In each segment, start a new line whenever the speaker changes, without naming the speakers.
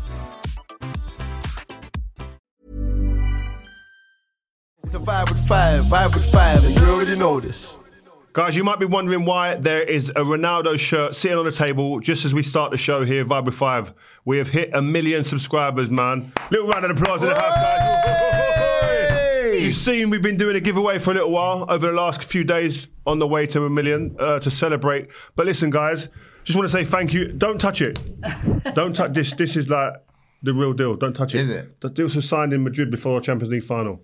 It's a vibe with fire, vibe with fire, and you already know this.
Guys, you might be wondering why there is a Ronaldo shirt sitting on the table just as we start the show here, Vibe with Five. We have hit a million subscribers, man. Little round of applause in the house, guys. You've seen we've been doing a giveaway for a little while over the last few days on the way to a million uh, to celebrate. But listen, guys, just want to say thank you. Don't touch it. Don't touch this. This is like the real deal. Don't touch it.
Is it?
The deal was signed in Madrid before our Champions League final.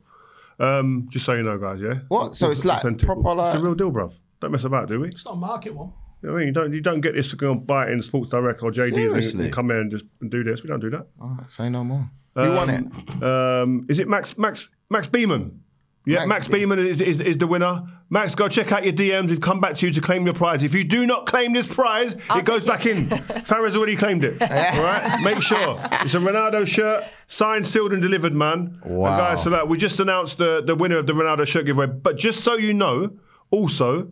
Um, just so you know, guys. Yeah.
What? So it's like
Authentic.
proper like-
It's the real deal, bruv. Don't mess about, do we?
It's not a market one.
You know what I mean, you don't you don't get this to go and buy it in Sports Direct or JD and- and,
Seriously?
come in and just do this. We don't do that.
Oh, say no more. you want it?
Um, is it Max Max Max Beeman? Yeah,
Max
Max, Beeman is, is is the winner. Max, go check out your DMs. We've come back to you to claim your prize. If you do not claim this prize, it goes back in. Farah's already claimed it. All right, make sure it's a Ronaldo shirt, signed, sealed, and delivered, man.
Wow.
And guys, so that we just announced the the winner of the Ronaldo shirt giveaway. But just so you know, also.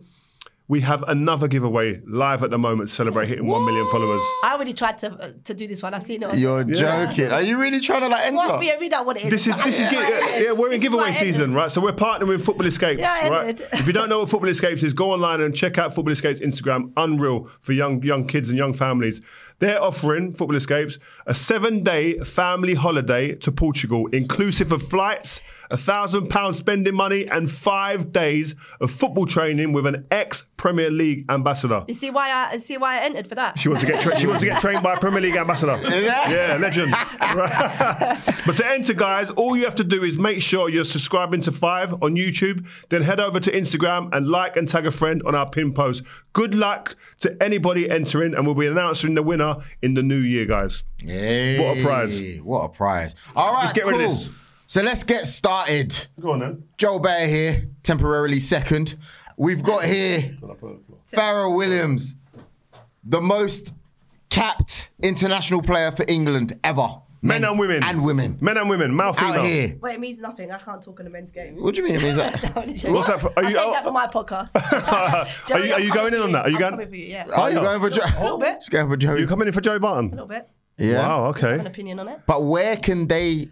We have another giveaway live at the moment. to Celebrate hitting one million followers.
I already tried to to do this one. I seen it. On
You're joking. Are you really trying to like enter?
Well, yeah, we know what it is.
This is this is yeah, yeah, we're in
It's
giveaway
quite
season, right? So we're partnering with Football Escapes,
Yeah, I
right?
did.
If you don't know what Football Escapes is, go online and check out Football Escapes Instagram. Unreal for young young kids and young families. They're offering Football Escapes a seven-day family holiday to Portugal, inclusive of flights, a thousand pounds spending money, and five days of football training with an ex-Premier League ambassador.
You see why I you see why I entered for that.
She wants to get tra- she wants to get trained by a Premier League ambassador.
Yeah.
Yeah, legend. Right. but to enter, guys, all you have to do is make sure you're subscribing to Five on YouTube. Then head over to Instagram and like and tag a friend on our pin post. Good luck to anybody entering, and we'll be announcing the winner in the new year, guys.
Hey,
What a prize.
What a prize. All right,
get
cool.
rid of this.
So let's get started.
Go on then.
Joe Bear here, temporarily second. We've got here Farrell Williams, the most capped international player for England ever.
Men and women.
And women.
Men and women. Male,
Out
female.
here.
Well, it means nothing. I can't talk in a men's game.
What do you mean? Is that-
What's that for- are
I
you-
saved
oh-
that for my podcast.
Are you- are you
I'm
going in on that? Are you
I'm
going-
coming for you, yeah.
oh, you're going for Joe?
A little bit.
She's going for Joe.
You coming in for Joe Barton?
A little bit.
yeah.
Wow.
An
Okay.
opinion on it
But where can they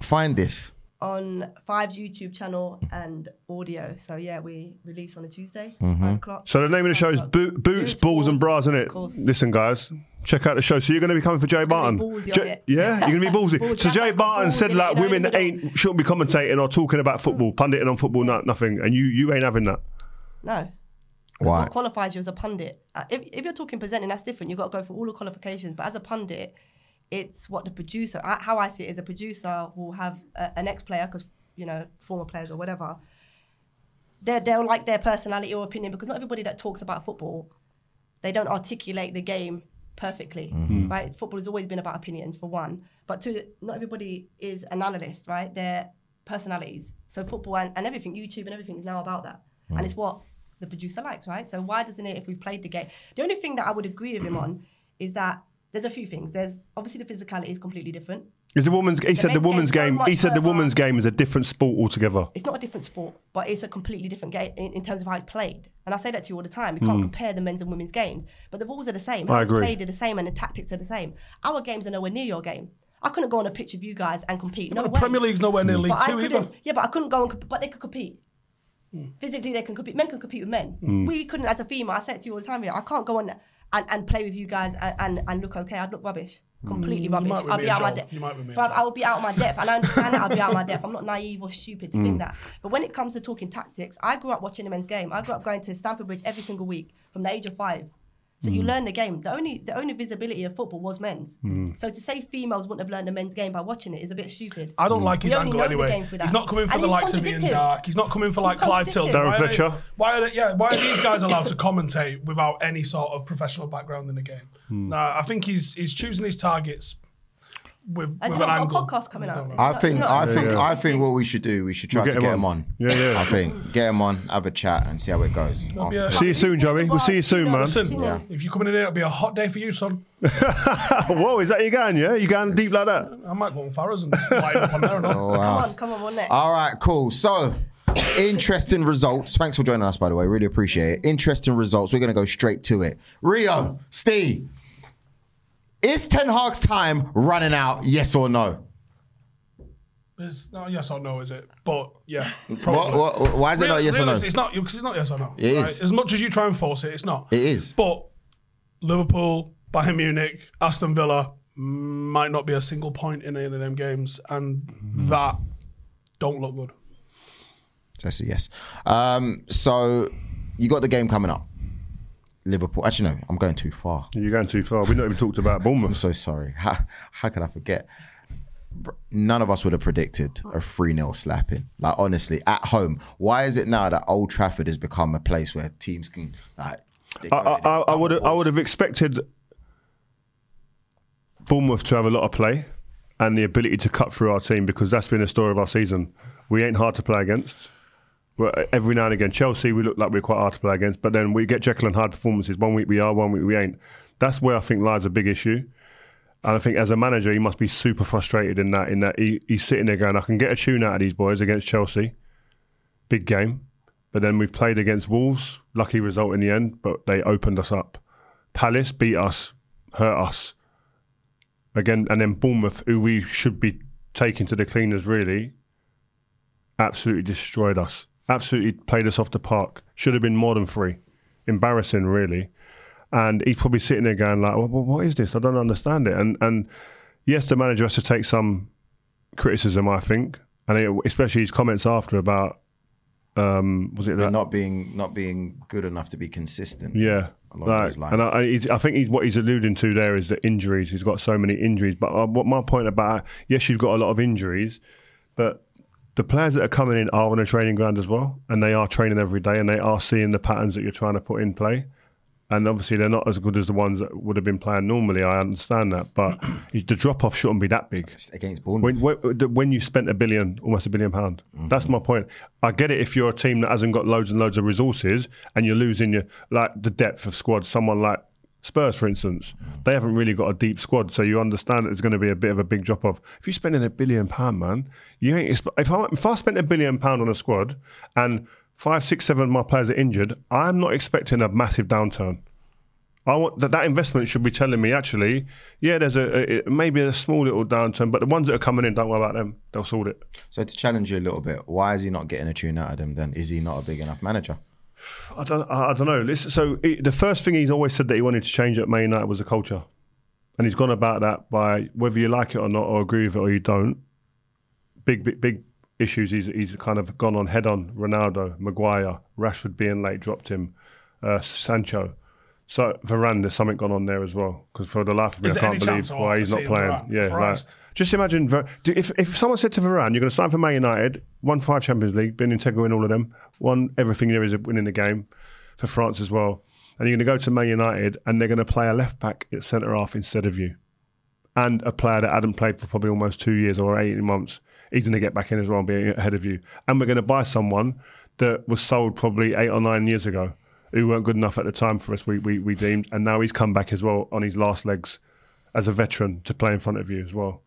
find this?
on Five's YouTube channel and audio. So yeah, we release on a Tuesday,
Mm-hmm.
five o'clock.
So the name of the show is Bo- Boots, Balls, and Bras, isn't it?
Of course.
Listen, guys, check out the show. So you're going to be coming for Joe Barton.
be ballsy
Jo-
on it.
yeah, you're going to be ballsy.
Ballsy.
so
That's
Joe
got
Barton
balls
said
in it,
like
you know,
women
in the Mm. middle.
ain't shouldn't be commentating or talking about football, punditing on football, no, nothing. And you you ain't having that.
No.
Why?
What qualifies you as a pundit? Uh, If, if you're talking presenting, that's different. You've got to go through all the qualifications. But as a pundit, it's what the producer, I, how I see it is a producer will have a, an ex player, because, you know, former players or whatever, they're, they'll like their personality or opinion because not everybody that talks about football, they don't articulate the game perfectly, right? Football has always been about opinions, for one. But two, not everybody is an analyst, right? They're personalities. So football and, and everything, YouTube and everything is now about that. And it's what the producer likes, right? So why doesn't it if we've played the game? The only thing that I would agree with him on is that there's a few things. There's obviously the physicality is completely different.
Is the woman's? He said the
men's
woman's
game's so
game. he
much
said the
further.
woman's game is a different sport altogether.
it's not a different sport, but it's a completely different game in, in terms of how it's played. And I say that to you all the time. You can't compare the men's and women's games, but the rules are the same. How
Hmm. I
it's
agree.
played are the same, and the tactics are the same. Our games are nowhere near your game. I couldn't go on a pitch with you guys and compete. No
the
way.
Premier League's nowhere near League
but I
Two
couldn't.
either.
Yeah, but I couldn't go and. comp- But they could compete.
Hmm.
Physically, they can compete. Men can compete with men. We couldn't, as a female. I say it to you all the time. yeah, I can't go on and, and play with you guys and, and, and look okay. I'd look rubbish. Completely
Hmm. might
rubbish.
be
I'll
me
be
and
out my
Joel.
depth.
You might be me and
Bruv,
Joel.
I will be out of my depth, and I understand that I'll be out of my depth. I'm not naive or stupid to
Hmm.
think that. But when it comes to talking tactics, I grew up watching the men's game. I grew up going to Stamford Bridge every single week from the age of five. So
Hmm.
you learn the game. The only the only visibility of football was men's.
Hmm.
So to say females wouldn't have learned the men's game by watching it is a bit stupid.
I don't like his
We only
angle
know the game
anyway.
for that.
He's not coming for
And
the
he's
likes of Ian
contradictive.
Dark. He's not coming for like
He's
Clive Tilton.
Darren
Why are they-
Fletcher.
Why are they, yeah? Why are these guys allowed to commentate without
Hmm.
any sort of professional background in the game? Nah, I think he's he's choosing his targets with,
I've
with
got
an
a
angle.
podcast coming out.
I think
No,
I
no,
think
yeah.
I think what we should do, we should try
We'll
to
get
get
him
him
on.
on.
Yeah, yeah.
I think get him on, have a chat, and see how it goes.
be
after.
a-
See you soon, Joey. We'll see you soon, man.
Listen, if you're coming in here, it'll be a hot day for you, son.
Whoa, is that you going? Yeah, you going deep like that?
I might go on Farrah's and light up on there. And
Oh,
all.
Come on, come on, one next.
All right, cool. So, interesting results. Thanks for joining us, by the way. Really appreciate it. Interesting results. We're going to go straight to it. Rio, Steve, is Ten Hag's time running out? Yes or no?
It's not yes or no, is it? But yeah.
What,
probably.
what, why is it
Real-
not yes or no?
realise It's not because it's not yes or no.
It
right?
is.
As much as you try and force it, it's not.
It is.
But Liverpool, Bayern Munich, Aston Villa might not be a single point in any of them games, and that don't look good.
That's a yes. Um, so, you got the game coming up. Liverpool. Actually, no, I'm going too far.
You're going too far. We've not even talked about Bournemouth.
so sorry. How, how could I forget? Br- None of us would have predicted a 3 0 slapping. Like, honestly, at home, why is it now that Old Trafford has become a place where teams can, like, they go
I,
there, they
I, I
become
would have, I
boys?
would have expected Bournemouth to have a lot of play and the ability to cut through our team because that's been the story of our season. We ain't hard to play against. But every now and again, Chelsea, we look like we're quite hard to play against, but then we get Jekyll and Hyde performances. One week we are, one week we ain't. That's where I think lies a big issue. And I think as a manager, he must be super frustrated in that. In that he, he's sitting there going, "I can get a tune out of these boys against Chelsea, big game, but then we've played against Wolves, lucky result in the end, but they opened us up. Palace beat us, hurt us again, and then Bournemouth, who we should be taking to the cleaners, really, absolutely destroyed us. Absolutely played us off the park. Should have been more than three. Embarrassing, really. And he's probably sitting there going like, well, "What is this? I don't understand it." And and yes, the manager has to take some criticism, I think, and it, especially his comments after about um, was it that
Not being, not being good enough to be consistent.
yeah.
along those lines.
And I, I, he's, I think he's, what he's alluding to there is the injuries. He's got so many injuries. But uh, what my point about yes, you've got a lot of injuries, but the players that are coming in are on a training ground as well, and they are training every day, and they are seeing the patterns that you're trying to put in play. And obviously, they're not as good as the ones that would have been playing normally. I understand that, but the drop off shouldn't be that big
Against Bournemouth.
when, when when you spent a billion, almost a billion pound. That's my point. I get it if you're a team that hasn't got loads and loads of resources and you're losing your like the depth of squad. Someone like Spurs, for instance, they haven't really got a deep squad, so you understand that there's going to be a bit of a big drop off. If you're spending a billion pound, man, you ain't. exp- If I if I spent a billion pound on a squad and five, six, seven of my players are injured, I'm not expecting a massive downturn. I want that, that investment should be telling me actually, yeah, there's a, a maybe a small little downturn, but the ones that are coming in, don't worry about them. They'll sort it.
so to challenge you a little bit, why is he not getting a tune out of them? Then is he not a big enough manager?
I don't, I, I don't know. Listen, so it, the first thing he's always said that he wanted to change at Man United was the culture, and he's gone about that by whether you like it or not, or agree with it or you don't. Big, big, big issues. He's he's kind of gone on head on Ronaldo, Maguire, Rashford being late dropped him, uh, Sancho. So Varane, there's something gone on there as well. Because for the life of me,
Is
I
there
can't
any
believe
chance of
why he's not
seeing
playing.
Varane?
Yeah, right.
Christ.
Just imagine Ver- do- if if someone said to Varane, "You're going to sign for Man United, won five Champions League, been integral in all of them, won everything there is of winning the game for France as well, and you're going to go to Man United and they're going to play a left back at centre half instead of you, and a player that hadn't played for probably almost two years or eighteen months, he's going to get back in as well and be ahead of you, and we're going to buy someone that was sold probably eight or nine years ago." Who weren't good enough at the time for us, we, we, we deemed, and now he's come back as well on his last legs as a veteran to play in front of you as well.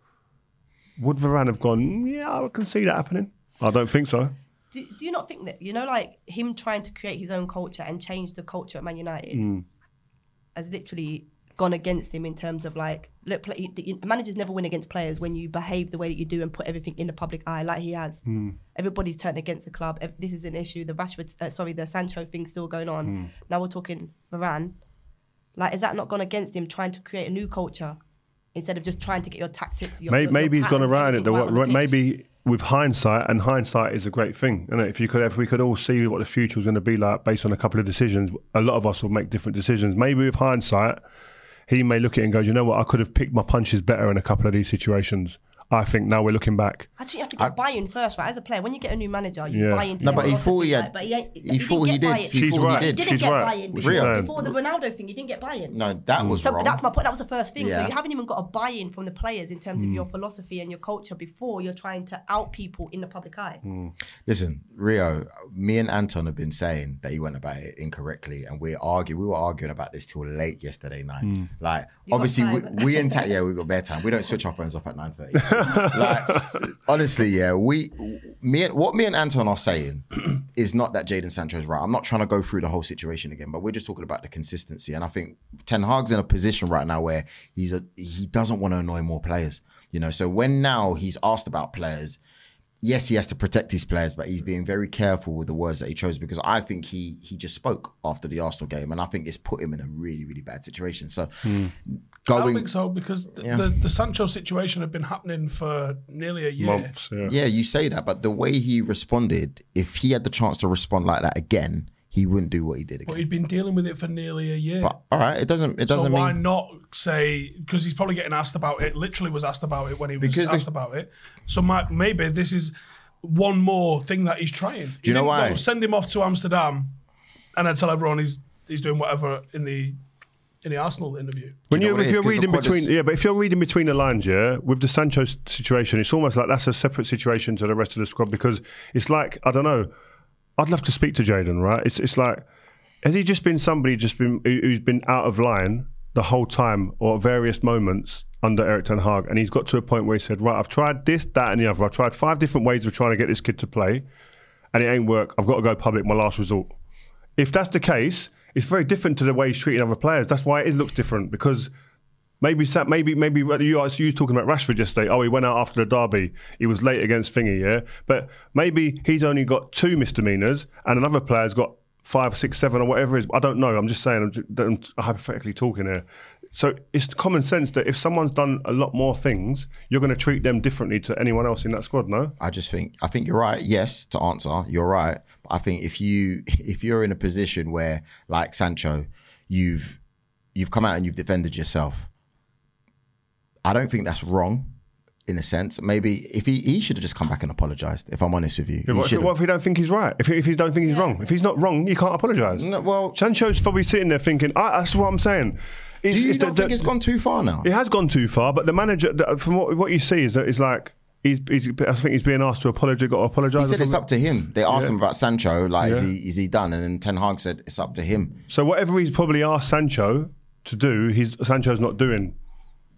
Would Varane have gone? Yeah, I can see that happening. I don't think so.
do, do you not think that you know like him trying to create his own culture and change the culture at man united
Mm.
has literally gone against him in terms of like look play, the, managers never win against players when you behave the way that you do and put everything in the public eye like he has
Mm.
everybody's turned against the club Ev- this is an issue the rashford uh, sorry the sancho thing's still going on
Mm.
now we're talking Varane. like is that not gone against him trying to create a new culture instead of just trying to get your tactics your,
May-
your- your
maybe he's gone
patterns,
around it. The,
everything right on
wa-
the pitch?
maybe with hindsight, and hindsight is a great thing. And if you could, if we could all see what the future was going to be like based on a couple of decisions, a lot of us will make different decisions. Maybe with hindsight, he may look at it and go, "You know what? I could have picked my punches better in a couple of these situations. I think now we're looking back.
I think you have to get buy-in first, right? As a player, when you get a new manager, you
Yeah.
buy into
No,
the
but he
philosophy,
thought he had-
right? But he, ain't-
he
didn't
thought he
get
did.
buy-in.
He
She's
thought he
right.
did.
didn't
She's
get
right.
buy-in
What
because
she's
Real.
saying.
before the Ronaldo thing, you didn't get buy-in.
No, that was
So
wrong.
that's my point. That was the first thing.
Yeah.
So you haven't even got a buy-in from the players in terms of
Mm.
your philosophy and your culture before you're trying to out people in the public eye.
Mm.
Listen, Rio, me and Anton have been saying that he went about it incorrectly, and we argue. We were arguing about this till late yesterday night.
Hmm.
Like,
got
obviously, we,
time.
we in ta- yeah, we got bare time. We don't switch our phones off at nine thirty. like, honestly, yeah, we me and what me and Anton are saying is not that Jaden Sancho is right. I'm not trying to go through the whole situation again, but we're just talking about the consistency. And I think Ten Hag's in a position right now where he's a he doesn't want to annoy more players. You know, so when now he's asked about players yes, he has to protect his players, but he's being very careful with the words that he chose because I think he he just spoke after the Arsenal game, and I think it's put him in a really really bad situation. So
I don't
going,
think so because th- the, the Sancho situation had been happening for nearly a year.
Months, yeah.
yeah, you say that, but the way he responded, if he had the chance to respond like that again, he wouldn't do what he did
But
again.
he'd been dealing with it for nearly a year.
But all right, it doesn't it
so
doesn't
why
mean
not say because he's probably getting asked about it literally was asked about it when he was
Because the-
asked about it so my, maybe this is one more thing that he's trying do
you know why?
send him off to amsterdam and then tell everyone he's he's doing whatever in the in the arsenal interview
When
You
you,
know what
if
it is?
you're
'Cause
reading
look what
between
this-
yeah, but if you're reading between the lines, yeah, with the Sancho s- situation, it's almost like that's a separate situation to the rest of the squad because it's like I don't know. I'd love to speak to Jaden, right? It's it's like has he just been somebody just been who- who's been out of line the whole time or at various moments under Eric Ten Hag, and he's got to a point where he said, right, I've tried this, that, and the other. I've tried five different ways of trying to get this kid to play, and it ain't work. I've got to go public. My last resort if that's the case, it's very different to the way he's treating other players. That's why it is, looks different because maybe Sa- maybe maybe you are you were talking about Rashford yesterday. Oh, he went out after the derby. He was late against Thingy, yeah. But maybe he's only got two misdemeanors, and another player's got five, six, seven, or whatever it is. I don't know. I'm just saying. I'm, ju- I'm hypothetically talking here. So it's common sense that if someone's done a lot more things, you're going to treat them differently to anyone else in that squad. No,
I just think I think you're right. Yes, to answer, you're right. But I think if you if you're in a position where like Sancho, you've you've come out and you've defended yourself. I don't think that's wrong. In a sense, maybe if he, he should have just come back and apologized. If I'm honest with you, He
What,
should
what
have.
if he don't think he's right? If he, if he don't think he's wrong? If he's not wrong, you can't apologise.
No, well-
Sancho's probably sitting there thinking, I, "That's what I'm saying." It's,
do you
it's the-
don't
the-
think it's gone too far now?
It has gone too far, but the manager, the- from what, what you see, is that is like he's, he's. I think he's being asked to apologise. Got to apologise.
He said
or
it's
something.
up to him. They asked him about Sancho, like is
Yeah.
he is he done? And then Ten Hag said it's up to him,
So whatever he's probably asked Sancho to do, he's Sancho's not doing.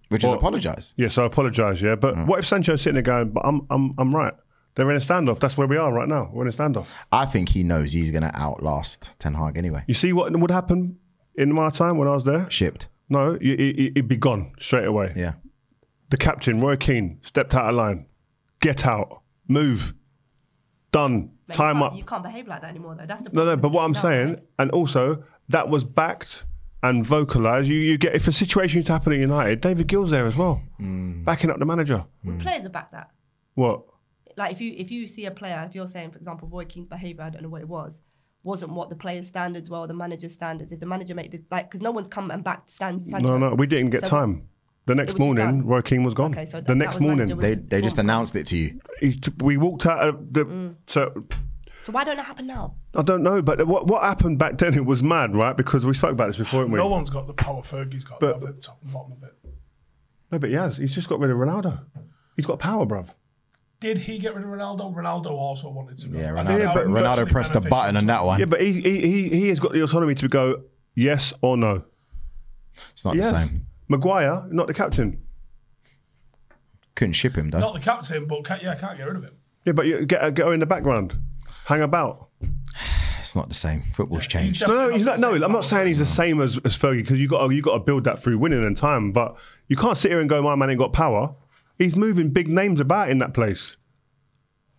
which is apologize.
Yeah, so I apologise. Yeah, but what if Sancho's sitting there going, "But I'm, I'm, I'm right." They're in a standoff. That's where we are right now. We're in a standoff.
I think he knows he's gonna outlast Ten Hag anyway.
You see what would happen in my time when I was there?
Shipped,
No, you- you- you- it'd be gone straight away.
yeah.
The captain, Roy Keane, stepped out of line. Get out. Move. Done.
Mate, you
Time
can't-
up.
You can't behave like that anymore, though. That's the
No, no,
problem.
but what I'm
No,
saying, and also that was backed and vocalised. You, you get if a situation used to happen at United, David Gill's there as well, backing up the manager.
like, players are back that.
What?
Like if you if you see a player, if you're saying, for example, Roy King's behaviour, I don't know what it was, wasn't what the player's standards were, or the manager's standards. If the manager made it, like, because no one's come and backed Stan
No,
Sancho.
no, we didn't get
So-
time. The next
was just
morning,
done.
Roy Keane was gone.
Okay, so that-
the
that
next
was
morning,
manager was-
They they just announced it to you.
he t- we walked out of the.
Mm.
So
So why don't it happen now?
I don't know, but what what happened back then? It was mad, right? Because we spoke about this before, didn't we?
no one's got the power fergie's got
But-
at the top and bottom of it
No, but he has. He's just got rid of Ronaldo. He's got power, bruv.
did he get rid of ronaldo ronaldo also wanted to go.
Yeah,
I think
Ronaldo,
that was virtually
Ronaldo pressed the
beneficial.
button on that one.
Yeah, but he, he, he, he has got the autonomy to go yes or no.
it's not
Yes.
the same.
Maguire, not the captain.
Couldn't ship him though.
not the captain but can't, yeah can't get rid of him
Yeah, but you get, get her in the background, hang about.
It's not the same. Football's
He's
changed.
No, no,
definitely
he's not. No,
the same
I'm not
power.
saying he's the same as, as Fergie because you got you got to build that through winning and time. But you can't sit here and go, my man ain't got power. He's moving big names about in that place.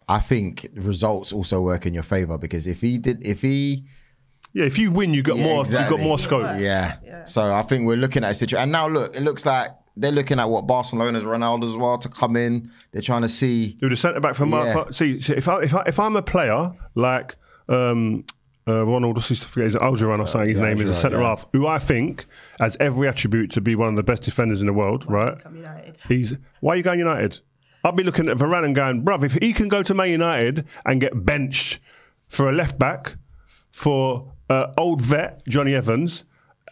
I think results also work in your favor because if he did, if he
Yeah, if you win, you got
Yeah,
more. You
exactly.
got more scope.
Yeah. So I think we're looking at a situation. And now look, it looks like they're looking at what Barcelona's Ronaldo as well to come in. They're trying to see.
Who the centre back from
Yeah.
Mar- see, see, if I if I if I'm a player like um uh, Ronald, I forget his Algeron or something. His
yeah,
name is a
Alderweireld,
centre
yeah.
half who I think has every attribute to be one of the best defenders in the world. Right?
Come United.
He's why are you going United? I'd be looking at Varane and going, bruv, if he can go to Man United and get benched for a left back, for uh, old vet Johnny Evans,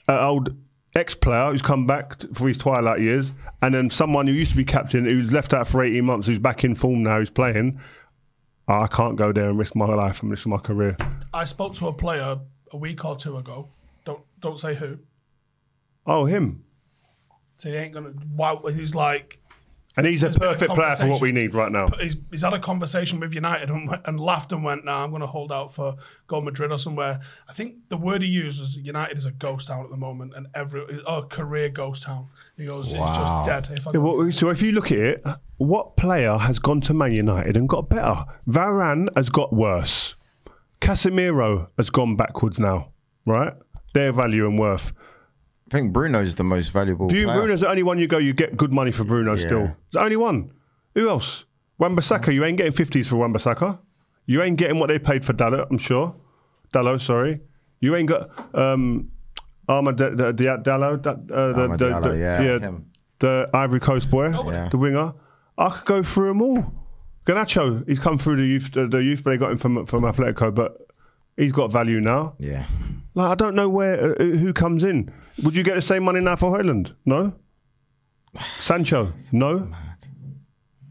an old ex player who's come back t- for his twilight years, and then someone who used to be captain who's left out for 18 months, who's back in form now, who's playing. I can't go there and risk my life and risk my career.
I spoke to a player a week or two ago. Don't don't say who.
Oh, him.
So he ain't gonna. Why? He's like
And he's a
There's been a
perfect player for what we need right now.
he's, he's had a conversation with United and, went- and laughed and went, "Nah, I'm going to hold out for go Madrid or somewhere." I think the word he used was United is a ghost town at the moment, and every oh career ghost town. He goes, "It's just dead." If I
Yeah,
go-
well, so if you look at it, what player has gone to Man United and got better? Varane has got worse. Casemiro has gone backwards now, right? Their value and worth.
I think Bruno's the most valuable.
Do you,
player.
Bruno's the only one you go, you get good money for Bruno still. It's the only one. Who else? Wambasaka, you ain't getting 50s for Wambasaka. You ain't getting what they paid for Dallo, I'm sure. Dallo, sorry. You ain't got um, Ahmad D- D- D- Dallo, da- uh, the,
Ahmad
the,
Diallo,
the-
yeah, him.
the Ivory Coast boy, the winger. I could go through them all. Ganacho, he's come through the youth, the, the youth, but they got him from from Atletico, but he's got value now.
Yeah.
Like I don't know where uh, who comes in. Would you get the same money now for Hoyland? No. Sancho, no. Do you know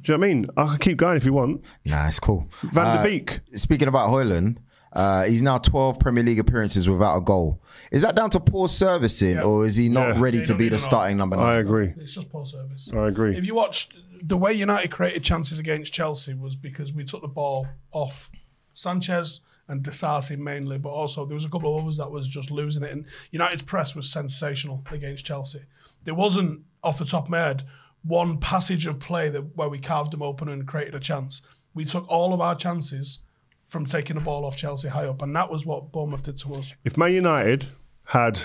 what I mean? I could keep going if you want.
Nah, it's cool.
Van
Uh,
der Beek.
Speaking about Hoyland, uh, he's now 12 Premier League appearances without a goal. Is that down to poor servicing, or is he not
Yeah.
ready
They
to
don't
be
even
the
know.
starting number
I
nine?
agree.
it's just poor service.
I agree.
If you watched the way United created chances against Chelsea was because we took the ball off Sanchez and Desarsi mainly, but also there was a couple of others that was just losing it. And United's press was sensational against Chelsea. There wasn't off the top of my head one passage of play that where we carved them open and created a chance. We took all of our chances from taking the ball off Chelsea high up, and that was what Bournemouth did to us.
If Man United had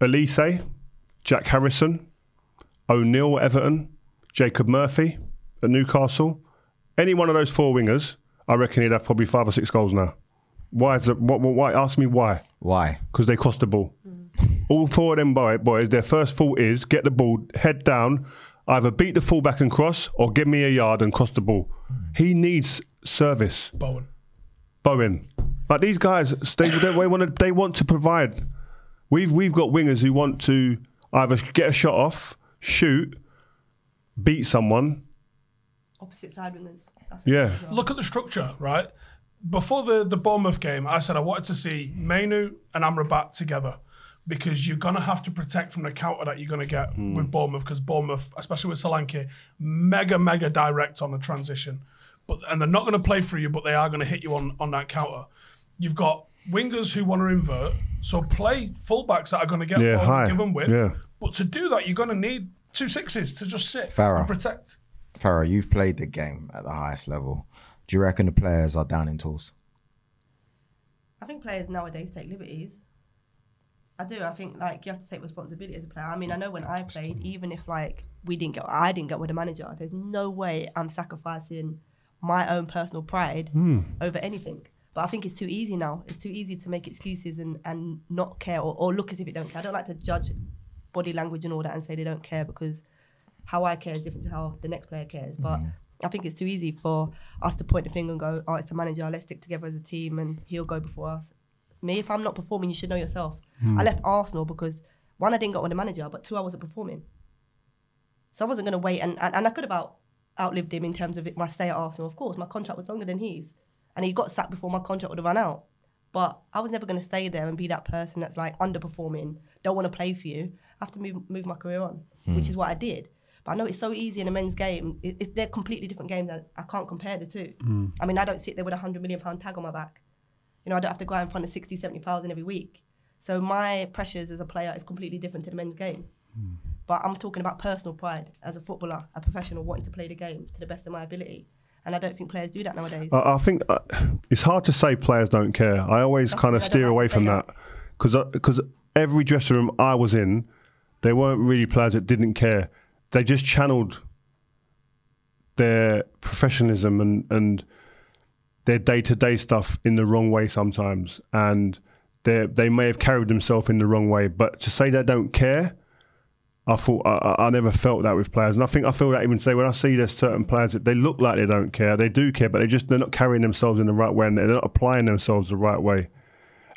Elise, Jack Harrison, O'Neill at Everton, Jacob Murphy at Newcastle, any one of those four wingers, I reckon he'd have probably five or six goals now. Why is that? What, what- why? Ask me why.
Why?
Because they cross the ball. All four of them boy- boys, their first thought is get the ball, head down, either beat the fullback and cross, or give me a yard and cross the ball. He needs service.
Bowen.
Bowen. Like these guys, they, they, they want to they want to provide. We've we've got wingers who want to either get a shot off, shoot, beat someone.
Opposite side winners. That's it.
Yeah,
Look at the structure, right? Before the, the Bournemouth game, I said I wanted to see Mainu and Amrabat together because you're going to have to protect from the counter that you're going to get
Hmm.
with Bournemouth because Bournemouth, especially with Solanke, mega, mega direct on the transition. But And they're not going to play through you, but they are going to hit you on, on that counter. You've got wingers who want to invert, so play fullbacks that are going to get
Yeah,
forward,
high.
give them width.
Yeah.
But to do that, you're going to need two sixes to just sit
Farah.
and protect.
Farah, you've played the game at the highest level. Do you reckon the players are down in tools?
I think players nowadays take liberties. I do. I think like you have to take responsibility as a player. I mean, I know when I played, even if like we didn't get, I didn't get with the manager. There's no way I'm sacrificing my own personal pride over anything. But I think it's too easy now. It's too easy to make excuses and and not care or, or look as if it don't care. I don't like to judge body language and all that and say they don't care because how I care is different to how the next player cares. But I think it's too easy for us to point the finger and go, oh, it's the manager, let's stick together as a team and he'll go before us. Me, if I'm not performing, you should know yourself. I left Arsenal because one, I didn't get on the manager, but two, I wasn't performing. So I wasn't going to wait. And, and, and I could have out, outlived him in terms of it, my stay at Arsenal, of course. My contract was longer than his. And he got sacked before my contract would have run out. But I was never going to stay there and be that person that's like underperforming, don't want to play for you. I have to move, move my career on, which is what I did. But I know it's so easy in a men's game. It, it's, they're completely different games. I, I can't compare the two. I mean, I don't sit there with a £100 million tag on my back. You know, I don't have to go out in front of 60, 70,000 every week. So my pressures as a player is completely different to the men's game. But I'm talking about personal pride as a footballer, a professional wanting to play the game to the best of my ability. And I don't think players do that nowadays.
I, I think uh, it's hard to say players don't care. I always
That's
kind
what
of
I
steer
don't
away
like to
from
say.
that because because every dressing room I was in, there weren't really players that didn't care. They just channeled their professionalism and and their day to day stuff in the wrong way sometimes, and they they may have carried themselves in the wrong way. But to say they don't care, I thought I, I- I never felt that with players, and I think I feel that even today when I see there's certain players that they look like they don't care, they do care, but they just they're not carrying themselves in the right way, and they're not applying themselves the right way.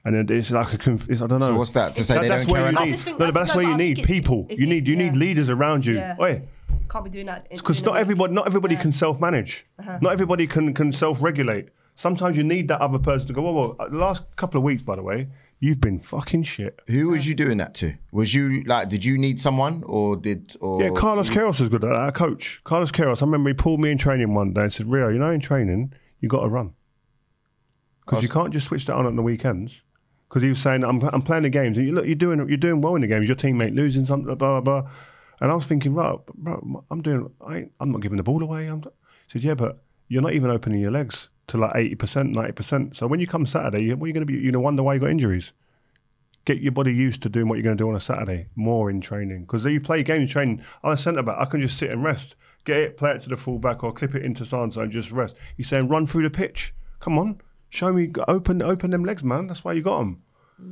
And then it's like a conf- it's, I don't know.
So what's that? To say they
that's
don't care
where you
enough?
need.
I just think-
no,
I
no, but that's
think-
where
no,
you
but I
need
think it-
people.
it's
You
it,
need you need
yeah.
leaders around you.
Yeah.
Oi,
Can't be doing that. in-
because
in
not
a-
everybody not everybody can self manage.
Uh-huh.
Not everybody can can self regulate. Sometimes you need that other person to go. Well, well, the last couple of weeks, by the way, you've been fucking shit.
Who was you doing that to? Was you like? Did you need someone, or did? Or
Yeah, Carlos Queiroz was good at that. Our coach, Carlos Queiroz. I remember he pulled me in training one day and said, "Rio, you know, in training, you got to run because you can't just switch that on on the weekends." Because he was saying, "I'm, I'm playing the games, and you look, you're doing you're doing well in the games. Your teammate losing something, blah blah." blah. And I was thinking, right, bro, I'm doing, I ain't, I'm not giving the ball away. I'm, he said, yeah, but you're not even opening your legs to like 80%, 90%. So when you come Saturday, you, what are you going to be? You're going to wonder why you got injuries get your body used to doing what you're going to do on a Saturday more in training because you play games training. I'm a centre back. I can just sit and rest. Get it, play it to the full back or clip it into Sansa and just rest. He's saying run through the pitch. Come on, show me. Open open them legs, man. That's why you got them.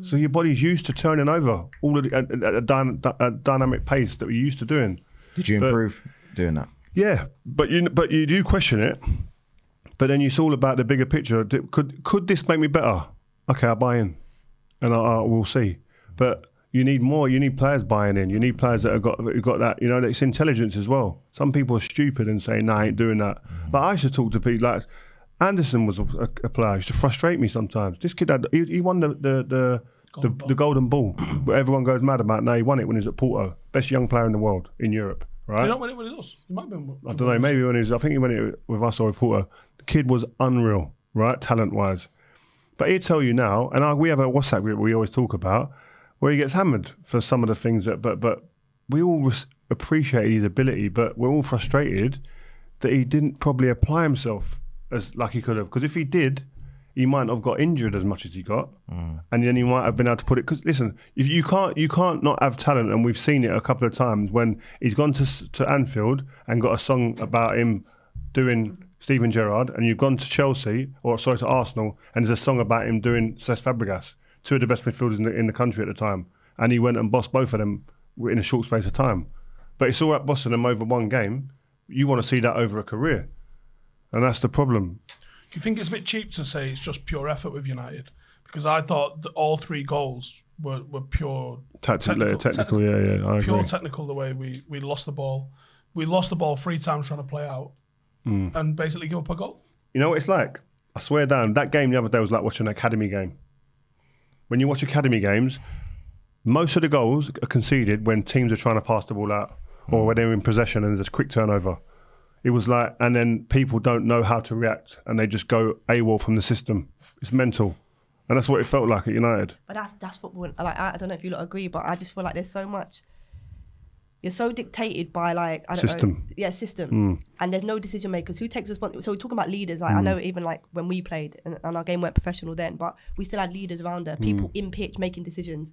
So your body's used to turning over all of the, at, at, a dyna- a dynamic pace that we're used to doing.
did you improve doing that?
Yeah, but you but you do question it. But then it's all about the bigger picture. D- Could could this make me better? Okay, I buy in, and I, I we'll see. But you need more. You need players buying in. You need players that have got who got that. You know, it's intelligence as well. Some people are stupid and say, "No, I ain't doing that." But I used to talk to people like Anderson was a, a player. He used to frustrate me sometimes. This kid had he, he won the the the, the, the golden ball, but everyone goes mad about. Now he won it when he was at Porto, best young player in the world in Europe. Right?
You know when it was us. You might have been.
I don't know. Maybe when he was, I think he went it with us or with Porter. The kid was unreal, right? Talent wise. But he'd tell you now, and I, we have a WhatsApp group we always talk about where he gets hammered for some of the things that, but but we all res- appreciate his ability, but we're all frustrated that he didn't probably apply himself as like he could have. Because if he did, he might not have got injured as much as he got, and then he might have been able to put it. Because listen, if you can't, you can't not have talent, and we've seen it a couple of times when he's gone to s- to Anfield and got a song about him doing Steven Gerrard, and you've gone to Chelsea or sorry to Arsenal, and there's a song about him doing Cesc Fabregas, two of the best midfielders in the, in the country at the time, and he went and bossed both of them in a short space of time. But it's all right bossing them over one game. You want to see that over a career, and that's the problem.
Do you think it's a bit cheap to say it's just pure effort with United? Because I thought that all three goals were, were pure
Tactical, technical, yeah, yeah, I agree.
pure technical. The way we we lost the ball, we lost the ball three times trying to play out,
Mm.
and basically give up a goal.
You know what it's like? I swear down, that game the other day was like watching an academy game. When you watch academy games, most of the goals are conceded when teams are trying to pass the ball out or when they're in possession and there's a quick turnover. It was like, and then people don't know how to react and they just go AWOL from the system. It's mental. And that's what it felt like at United.
But that's that's football. and, Like I, I don't know if you lot agree, but I just feel like there's so much. You're so dictated by like I don't
System.
know, yeah, system, and there's no decision makers who takes responsibility. So we're talking about leaders. Like I know even like when we played and, and our game weren't professional then, but we still had leaders around there, people in pitch making decisions.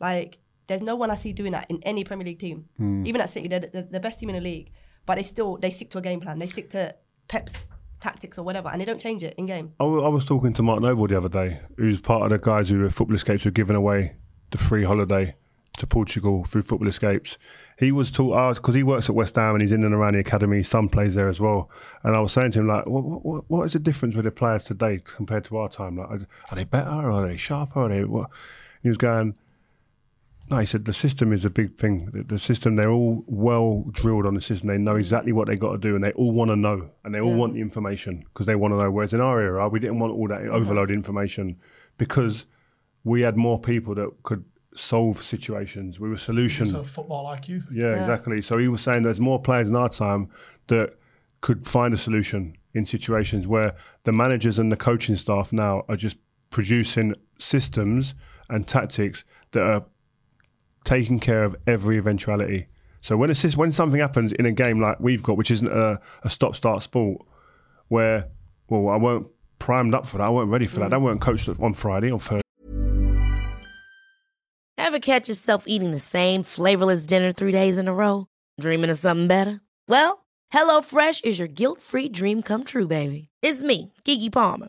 Like there's no one I see doing that in any Premier League team, even at City. They're the, the best team in the league, but they still they stick to a game plan. They stick to Pep's tactics or whatever, and they don't change it in game.
I wa- I was talking to Mark Noble the other day, who's part of the guys who at Football Escapes were giving away the free holiday to Portugal through Football Escapes. He was taught because he works at West Ham and he's in and around the academy. Some plays there as well. And I was saying to him like, what, what, what is the difference with the players today compared to our time? Like, are they better? Are they sharper? Are they what? He was going. No, he said the system is a big thing. The, the system, they're all well drilled on the system. They know exactly what they got to do, and they all want to know, and they all want the information because they want to know. Whereas in our era, we didn't want all that overload information because we had more people that could solve situations. We were solution.
So football IQ.
Yeah, exactly. So he was saying there's more players in our time that could find a solution in situations where the managers and the coaching staff now are just producing systems and tactics that are taking care of every eventuality. So when a, sys- when something happens in a game like we've got, which isn't a, a stop-start sport, where well I weren't primed up for that, I weren't ready for that, I weren't coached on Friday on Thursday.
Ever catch yourself eating the same flavorless dinner three days in a row? Dreaming of something better? Well, HelloFresh is your guilt free dream come true, baby. It's me, Kiki Palmer.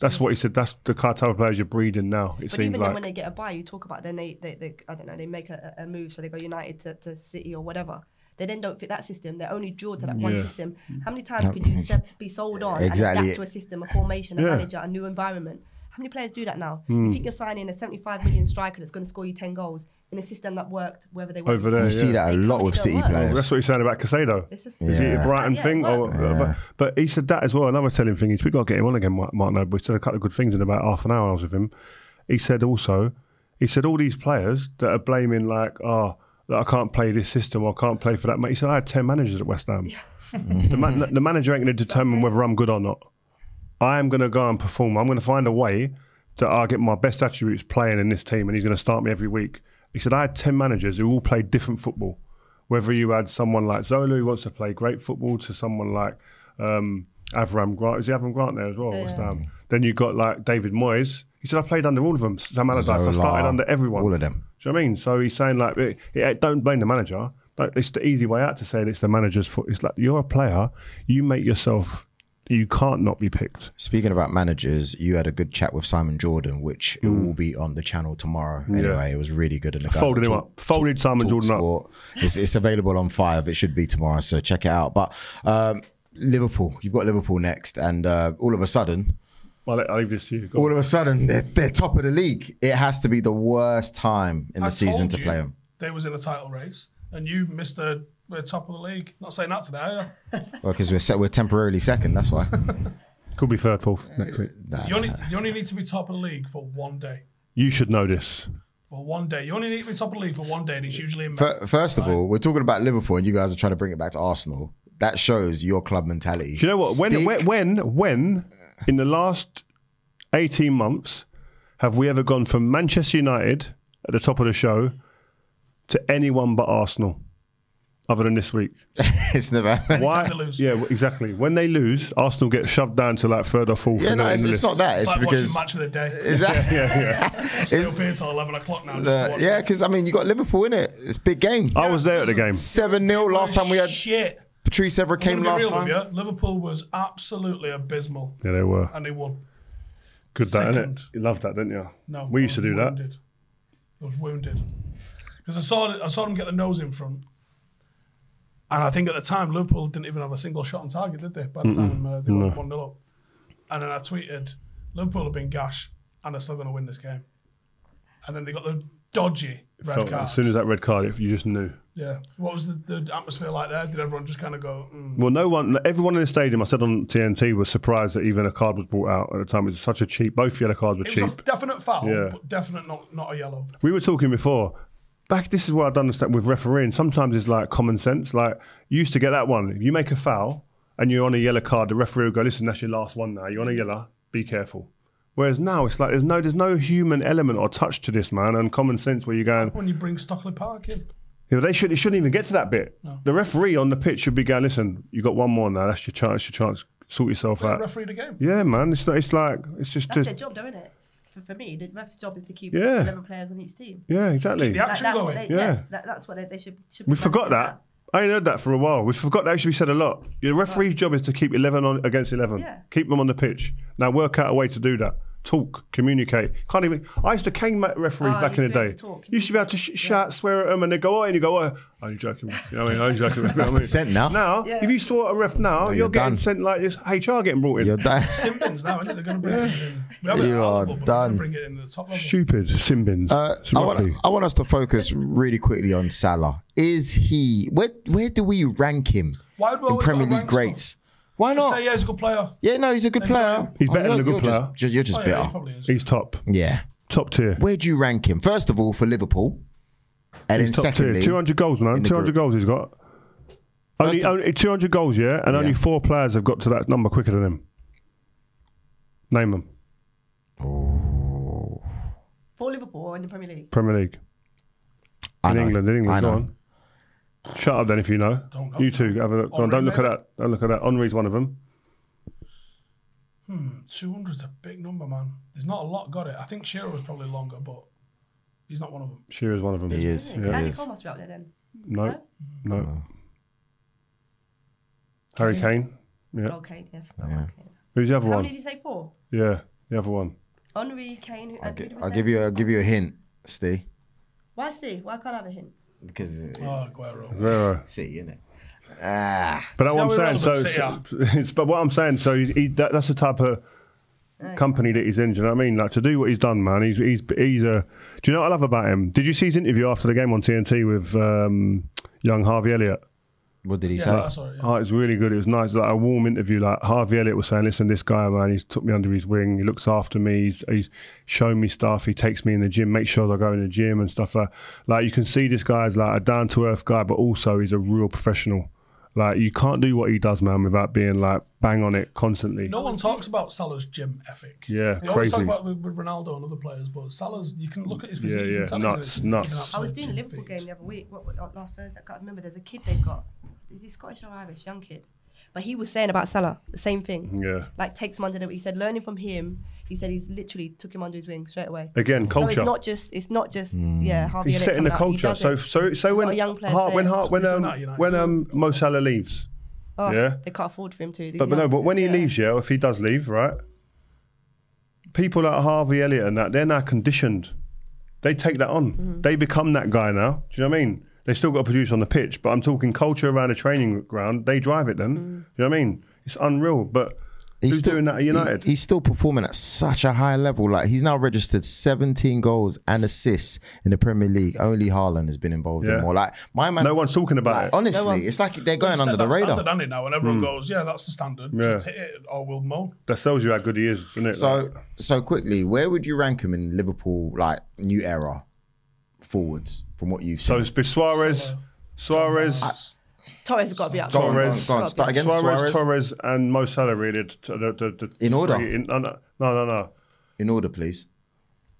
That's what he said. That's the kind of type of players you're breeding now. It
But
seems
even
like.
then, when they get a buy, you talk about then they, they, they I don't know, they make a, a move, so they go United to, to City or whatever. They then don't fit that system. They're only drawn to that one
Yeah.
system. How many times could you se- be sold on
Exactly.
and adapt to a system, a formation, a
Yeah. Hmm.
manager, a new environment? How many players do that now? You think you're signing a 75 million striker that's going to score you 10 goals in a system that worked, whether they were
Over there.
You
Yeah.
see that a
They
lot
can't
with
even
City
work.
players.
That's what he's saying about Casado.
It's just,
Is it a Brighton
Yeah,
thing?
well-
Or, but, but he said that as well. Another telling thing is we got to get him on again, Mark, Mark Noble. He said a couple of good things in about half an hour I was with him. He said also, he said all these players that are blaming like, oh, that I can't play this system or I can't play for that. ma-" He said I had ten managers at West Ham. the, man, the manager ain't going to determine whether I'm good or not. I am going to go and perform. I'm going to find a way that I get my best attributes playing in this team, and he's going to start me every week. He said, I had 10 managers who all played different football. Whether you had someone like Zola who wants to play great football to someone like um, Avram Grant. Is he Avram Grant there as well? What's that? Then you got like David Moyes. He said, I played under all of them. Sam Allardyce, I
Zola,
started under everyone.
all of them.
Do you know what I mean? So he's saying like, it, it- don't blame the manager. Like, it's the easy way out to saying it's the manager's fault. It's like you're a player. You make yourself. You can't not be picked.
Speaking about managers, you had a good chat with Simon Jordan, which it will be on the channel tomorrow. Anyway, it was really good. And the guys
Mm. Folded
on
him
Talk-
up. Folded Simon Jordan up.
Talksport. It's, it's available on Five. It should be tomorrow, so check it out. But um, Liverpool, you've got Liverpool next, and uh, all of a sudden,
I'll, let- I'll leave this to you. Go
all
on.
of a sudden, they're, they're top of the league. It has to be the worst time in the
I
season
told
to
you
play them.
They was in a title race, and you missed the we're top of the league. Not saying that today. Are you?
Well, because we're set, we're temporarily second. That's why.
Could be third, fourth next week.
You only you only need to be top of the league for one day.
You should know this.
For one day, you only need to be top of the league for one day, and it's usually in. May.
Fir- First of all, we're talking about Liverpool, and you guys are trying to bring it back to Arsenal. That shows your club mentality.
Do you know what? When,
Stick-
when, when, when, in the last eighteen months, have we ever gone from Manchester United at the top of the show to anyone but Arsenal, other than this week?
it's never.
Why?
they lose.
Yeah, exactly. When they lose, Arsenal get shoved down to like third or fourth.
Yeah,
and
no,
they're
it's,
in the
it's not
list.
that. It's
It's like
because
watching match of the day.
is that-
Still being till eleven o'clock now. just to
Uh,
watch
yeah,
this.
because I mean, you got Liverpool in it. It's a big game.
I was there at the game.
Seven 0 Last time we had
shit.
Patrice Evra
I'm
came
gonna
last
be real with
time.
you, Liverpool was absolutely abysmal,
Yeah, they were
and they won.
good. That innit?
Second.
You loved that, didn't you?
No,
we
I
used to
was
do that.
wounded. I was wounded because I saw I saw them get the nose in front, and I think at the time Liverpool didn't even have a single shot on target, did they? By the time uh, they were one 0 up, and then I tweeted, "Liverpool have been gash, and they're still going to win this game." And then they got the dodgy red
Felt
card.
as soon as that red card, if you just knew.
yeah, what was the, the atmosphere like there? Did everyone just kind of go? Mm.
Well, no one, everyone in the stadium, I said on TNT, was surprised that even a card was brought out at the time. It was such a cheap, both yellow cards were
It
cheap.
was a definite foul,
Yeah.
but definite not not a yellow.
we were talking before. Back, this is what I don't understand with refereeing. Sometimes it's like common sense. Like, you used to get that one. If you make a foul and you're on a yellow card, the referee will go, listen, that's your last one now. You're on a yellow, be careful. Whereas now it's like there's no there's no human element or touch to this man and common sense where you're going
When you bring Stockley Park in,
Yeah, but they should. It shouldn't even get to that bit. The referee on the pitch should be going. Listen, you got one more now. That's your chance. Your chance. Sort yourself
uh,
out.
referee the game.
yeah, man. It's not. It's like. It's just.
That's
just
their job, though, isn't it? For, for me, the ref's job is to keep
Yeah.
11 players on each team.
yeah, exactly.
The action
that's
going.
What they,
Yeah.
yeah. that, that's what they, they should, should. be
We forgot
managing
that. I ain't heard that for a while. We forgot that should be said a lot. Your referee's job is to keep eleven on against eleven.
Yeah.
Keep them on the pitch. Now work out a way to do that. Talk, communicate. Can't even. I used to cane my referees
Oh,
back
you
in the
used to be
day.
able to talk.
You used to be able to sh- shout, swear at them, and they go, "Oh," and you go, "Oh." I'm joking. You know what I mean? I'm joking. You know what I mean?
Sent now.
Now, if you saw a ref now, you're,
you're
getting
done.
sent like this. HR getting brought in.
You're done.
Simpsons now, isn't it? They're going to bring it in. We have it at
You
our
are
level, but they're gonna
done.
Bring it in at the top level.
Stupid Simbins.
Uh, I, want, I want us to focus really quickly on Salah. Is he where? Where do we rank him
Why do we
in
always
Premier
gotta
League
rank
greats?
stuff?
Why
Just
not?
say yeah, he's a good player.
Yeah, no, he's a good player.
He's better
Oh,
than a
you're-
good
you're
player.
just- you're just
Oh, yeah, he
bitter.
probably is.
He's top.
Yeah.
Top tier.
Where do you rank him? First of all, for Liverpool, and then
He's top tier.
secondly,
200 goals, man.
in the
200
group.
goals he's got. Only,
of-
only 200 goals, yeah, and only four players have got to that number quicker than him. Name them.
For Liverpool or in the Premier League.
Premier League.
I
In
know,
England. In
I
England. Go
know.
on. Shut up then if you know.
Don't know.
You two, have a look. Go on,
Henri,
don't look at
maybe?
that. Don't look at that. Henri's one of them.
Two hundred's a big number, man. There's not a lot got it. I think Shearer was probably longer, but he's not one of them.
Shearer's one of them.
He is.
Andy
He
Cole
is.
must be out there then.
No, no. Harry Kane. Yeah.
Okay, yeah. Oh, okay.
Who's the other
How
one?
many did you say? Four.
Yeah, the other one.
Henri, Kane. Who,
I'll,
who
gi-
did we
I'll
say?
give you. I'll give you a hint, Steve,
Why Steve? Why can't I have a hint?
because uh, it's
Oh, Aguero.
Guerrero.
City, isn't it? Ah,
But that's what
how
I'm saying. So,
irrelevant
so- it's, but what I'm saying, so he's, he, that, that's the type of company that he's in. Do you know what I mean? Like to do what he's done, man. He's he's he's a. Do you know what I love about him? Did you see his interview after the game on TNT with um, young Harvey Elliott?
what did he
Yeah,
say?
that's all right, yeah.
Oh, it's really good. It was nice, like a warm interview. Like Harvey Elliott was saying, "Listen, this guy, man, he's took me under his wing. He looks after me. He's, he's shown me stuff. He takes me in the gym, makes sure that I go in the gym and stuff like. Like you can see, this guy's like a down to earth guy, but also he's a real professional. Like you can't do what he does, man, without being like bang on it constantly.
No one talks about Salah's gym ethic.
Yeah,
they always talk
crazy.
about with, with Ronaldo and other players, but Salah's. You can look at his
Yeah,
physique. you
yeah,
can tell
nuts,
he's a- he's
nuts.
an
I was
absolute
doing a
gym
Liverpool
freak.
game the other week. What, what last Thursday? I can't remember. There's a kid they've got. Is he Scottish or Irish? Young kid. But he was saying about Salah the same thing.
Yeah.
Like takes him under the. He said learning from him. He said he's literally took him under his wing straight away.
Again,
So
culture. Hmm.
it's not just. It's not just. Yeah, Harvey.
he's
Elliott
setting the
coming out, he
culture.
does
So so
it.
so
We've
when
got a young player
Hart, when
saying-
Hart, when um,
Speaking of United.
when um, Mo Salah leaves,
Oh,
yeah.
They can't afford for him to.
But, but no, but when he leaves, yeah, if he does leave, right? People like Harvey Elliott and that, they're now conditioned. They take that on. They become that guy now. Do you know what I mean? They still got to produce on the pitch, but I'm talking culture around the training ground. They drive it then. Do you know what I mean? It's unreal. But who's
still-
doing that at United?
he- he's still performing at such a high level. Like he's now registered 17 goals and assists in the Premier League. Only Haaland has been involved
Yeah.
in more. Like my man,
No one's talking about
like,
it.
Honestly,
No one-
it's like they're going
Set
under the
that
radar.
Standard, hasn't it, now, and everyone goes, "Yeah, that's the standard." Just
Hmm. Yeah.
hit it, or we'll moan.
that tells you how good he is, doesn't it?
So
Like,
so quickly, where would you rank him in Liverpool like new era forwards from what you've
so
seen?
it's been Suarez,
Ah,
Suarez,
Torres has got to be out.
go on, go on,
Torres.
go on, start again.
Suarez,
Suarez,
Torres, and Mo Salah. Really, the, the, the, the
In order.
three in- no, no, no, no.
in order, please.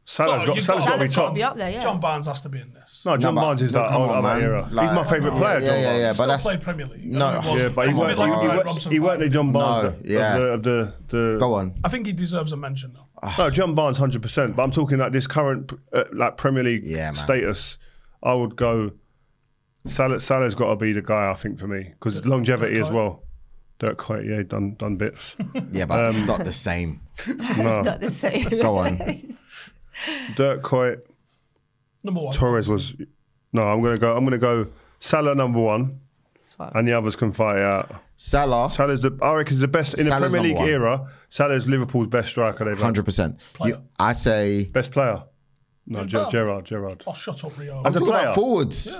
Salah's
Oh,
got
you've
Salah's got to be
Salah's got
top.
to be up there. Yeah.
John Barnes has to be in this.
No, John
No, but-
Barnes is
no,
that
come
old
on,
of that
man.
era.
Like-
He's my favourite
Yeah,
player,
yeah,
John
yeah, yeah,
Barnes.
but
Still
that's
play Premier League.
No,
I mean,
yeah,
well,
Yeah, but he
it's a
weren't,
bit
like,
like
he,
Robinson
weren't, he
Park.
weren't the John Barnes
No,
of-
yeah.
of the of the, the
go on.
I think he deserves a mention though.
No, John Barnes, hundred percent. But I'm talking like this current uh, like Premier League
Yeah, man.
status. I would go. Salah, Salah's got to be the guy I think for me because longevity as well. Dirk Coit, yeah, done done bits.
Yeah,
Um,
but it's not the same.
It's not the same.
Go on.
Dirk Coit,
Number one.
Torres was. No, I'm gonna go. I'm gonna go. Salah number one, and the others can fight it out.
Salah,
Salah's the. I reckon is the best in the
Salah's
Premier League
number
era. Salah's Liverpool's best striker they've had.
100%. You, I say
Best player? No, Ger-
player?
Gerard. Gerard.
oh, shut up, Rio.
As a
talk
player,
about forwards.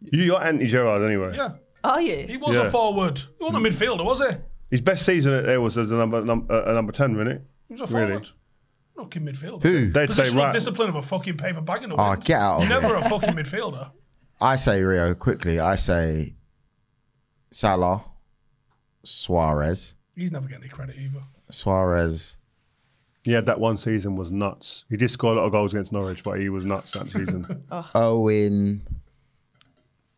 you, you're anti Gerard anyway.
yeah,
Are
he
you?
was
Yeah. Hmm.
a forward. He wasn't a midfielder, was he? He
His best season at there was as a number num- uh, a number ten, wasn't it?
was a
Really?
forward. Fucking midfielder.
Who?
They'd say
Positional
right.
discipline of a fucking paper bag in a
Oh,
wind.
get out of
You're
here.
never a fucking midfielder.
I say Rio quickly. I say Salah, Suarez,
He's never getting any credit either.
Suarez.
yeah, that one season was nuts. He did score a lot of goals against Norwich, but he was nuts that season.
Owen,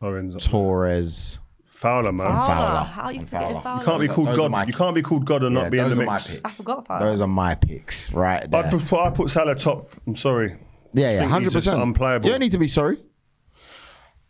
Owens,
Torres.
Fowler, man.
Fowler.
How are you
And Fowler.
forgetting Fowler?
You can't be
Those are-
called
those are my
God. You can't be called God and
Yeah,
not be in
those
the
are my
mix.
picks.
I forgot about
Those are my picks right
I
there.
put, I put Salah top. I'm sorry.
yeah,
I
yeah,
think he's
hundred
just
percent
unplayable.
You don't need to be sorry.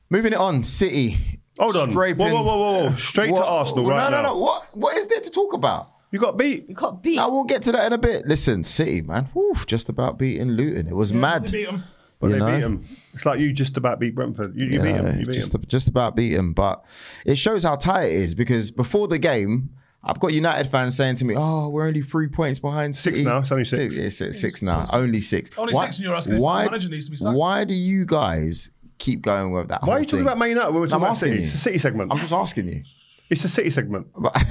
Moving it on, City.
Hold on.
Scraping.
Whoa, whoa, whoa, whoa, whoa. Straight
What-
to Arsenal
no, no,
right now.
No, no, What? What is there to talk about?
You got beat.
You got beat.
I will get to that in a bit. Listen, City, man. Oof, just about beating Luton. It was mad.
They beat him.
But
You
they
know?
beat him. It's like you just about beat Brentford. You, you beat
Yeah,
him. You beat
just,
him.
just about beat him. But it shows how tight it is because before the game, I've got United fans saying to me, "Oh, we're only three points behind City."
now, it's only six.
yeah, six, six now. Only six.
Only six, and you're asking if the manager needs to be sacked?
Why do you guys keep going with that?
Why are
whole
you talking
thing?
about Man United when we're talking about
asking
City?
you.
It's a City segment.
I'm just asking you.
It's a City segment.
But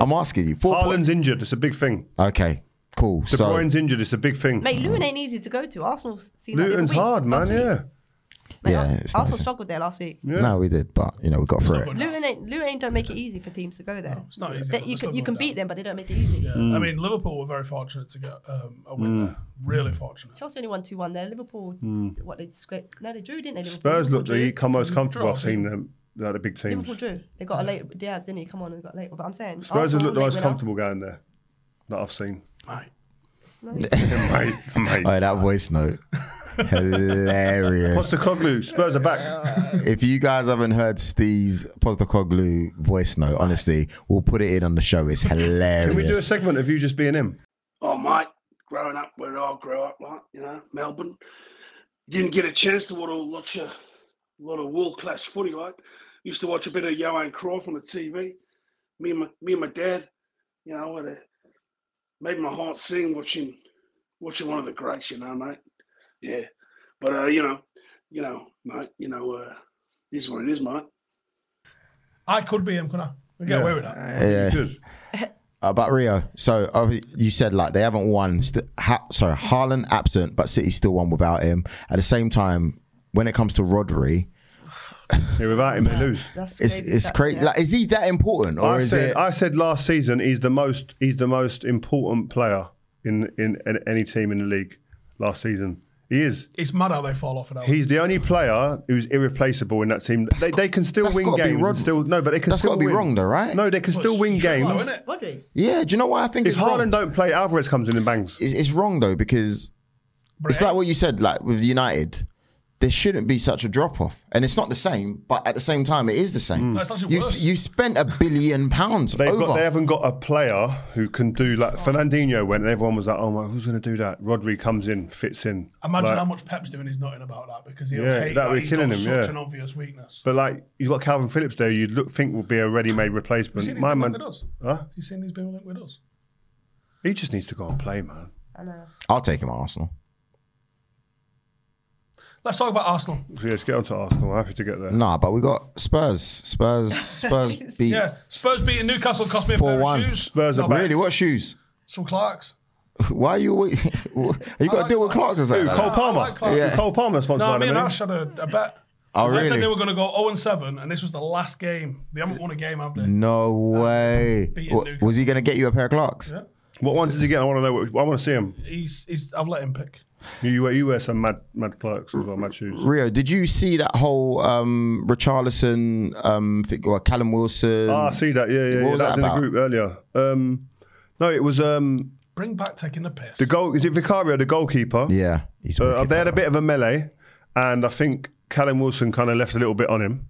I'm asking you. Four points.
Haaland's injured. It's a big thing.
Okay, cool.
De
so
Bruyne's injured. It's a big thing.
Mate, Luton ain't easy to go to. Arsenal's seen that the other
Luton's
week,
hard, man.
last week.
Yeah.
Mate,
Yeah,
Ar-
it's
Arsenal
nice.
struggled there last week.
no, we did, but you know we got through it.
Luton ain't, Luton ain't don't make it easy for teams to go there.
It's not easy.
They-
but
you
they're still
can, you
going
can
down.
beat them, but they don't make it easy.
Yeah.
Mm.
I mean, Liverpool were very fortunate to get um, a win there. Really fortunate.
Chelsea only won 2 1 there. Liverpool, what, they scraped. No, they drew, didn't they? Liverpool?
Spurs
Liverpool
look
drew.
the co- most comfortable
Draw,
I've seen them. Like the big teams.
Liverpool drew. They got a late. Diaz didn't he? Come on and got late. But I'm saying
Spurs have
Arsenal
looked the
late
most
winner.
comfortable going there. that I've seen.
Right.
mate, mate.
Oh, that voice note. Hilarious.
Postecoglou, Spurs are back.
if you guys haven't heard Steve's Postacoglu voice note, honestly, we'll put it in on the show. It's hilarious.
Can we do a segment of you just being him?
Oh, mate, growing up where I grew up, like, you know, Melbourne, didn't get a chance to watch a lot of, lot of world class footy. Like, used to watch a bit of Johan Cruyff on the TV. Me and my, me and my dad, you know, what a, made my heart sing watching watching one of the greats, you know, mate. Yeah, but uh, you know, you know, mate, you know, uh, this is what it is, mate.
I could be him, could I? We get
Yeah.
away with that.
Yeah.
Good.
About Uh, Rio, so uh, you said like they haven't won. St- ha- sorry, Haaland absent, but City still won without him. At the same time, when it comes to Rodri,
Yeah, without him, they lose.
That's
it's
crazy,
it's
that-
crazy.
yeah.
Like, is he that important, or
I
is
said,
it?
I said last season he's the most he's the most important player in, in in any team in the league last season. He is.
It's mad how they fall off and out.
He's the only player who's irreplaceable in that team. They, they can still
that's
win
gotta be
games. and
Rod-
still no, but they can
that's
still
gotta be
win.
wrong though, right?
No, they can still
it's
win
true,
games.
though, isn't it?
Rodri.
yeah, do you know what I think?
If
It's wrong.
Haaland don't play, Alvarez comes in and bangs.
It's, it's wrong though because it's like what you said, like with United. There shouldn't be such a drop off, and it's not the same. But at the same time, it is the same.
it's actually
you
worse.
you spent a billion pounds
They've
over.
got, they haven't got a player who can do like Fernandinho went, and everyone was like, "Oh my, who's going to do that?" Rodri comes in, fits in.
Imagine
Like-
how much Pep's doing. He's nothing about that because he'll
Yeah,
hate
that'd
that.
be
He's
killing
got
him,
Such
yeah.
an obvious weakness.
But like you've got Calvin Phillips there, you look think will be a ready-made
You
replacement.
seen
My
he's been
man,
linked with us?
huh?
You seen he's been linked with us?
He just needs to go and play, man.
I know.
I'll take him at Arsenal.
Let's talk about Arsenal.
So yeah, let's get on to Arsenal. I'm happy to get there.
Nah, but we got Spurs. Spurs. Spurs beat.
Yeah, Spurs beating Newcastle cost me a pair
4-1.
of shoes.
Spurs are
No,
back.
Really, what shoes?
Some Clarks.
Why are you always? you got to
like
deal with
Clark.
Clarks or something?
Who,
like
Cole
that?
Palmer.
like Clark.
Yeah.
Cole Palmer sponsored
No,
by
me and
Lemonade.
Ash had a, a bet.
Oh,
I said
really?
they were going to go 0 and 7, and this was the last game. They haven't won a game, have they?
Mm.
No way.
beating
W-
Newcastle.
Was he going to get you a pair of Clarks?
Yeah.
What ones did he get? I want to know. What, I want to see him.
He's, he's, I've let him pick.
You, you wear, you wear some mad mad clerks as well, mad shoes.
Rio, did you see that whole um, Richarlison, um, fi- well, Callum Wilson?
Ah, I see that. Yeah, yeah.
What
yeah.
was that
that, was
about?
in the group earlier. Um, no, it was um,
Bring back taking the piss.
the goal. Is it Vicario, the goalkeeper?
yeah, he's
Uh,
wicked,
they had a
man.
bit of a melee, and I think Callum Wilson kind of left a little bit on him,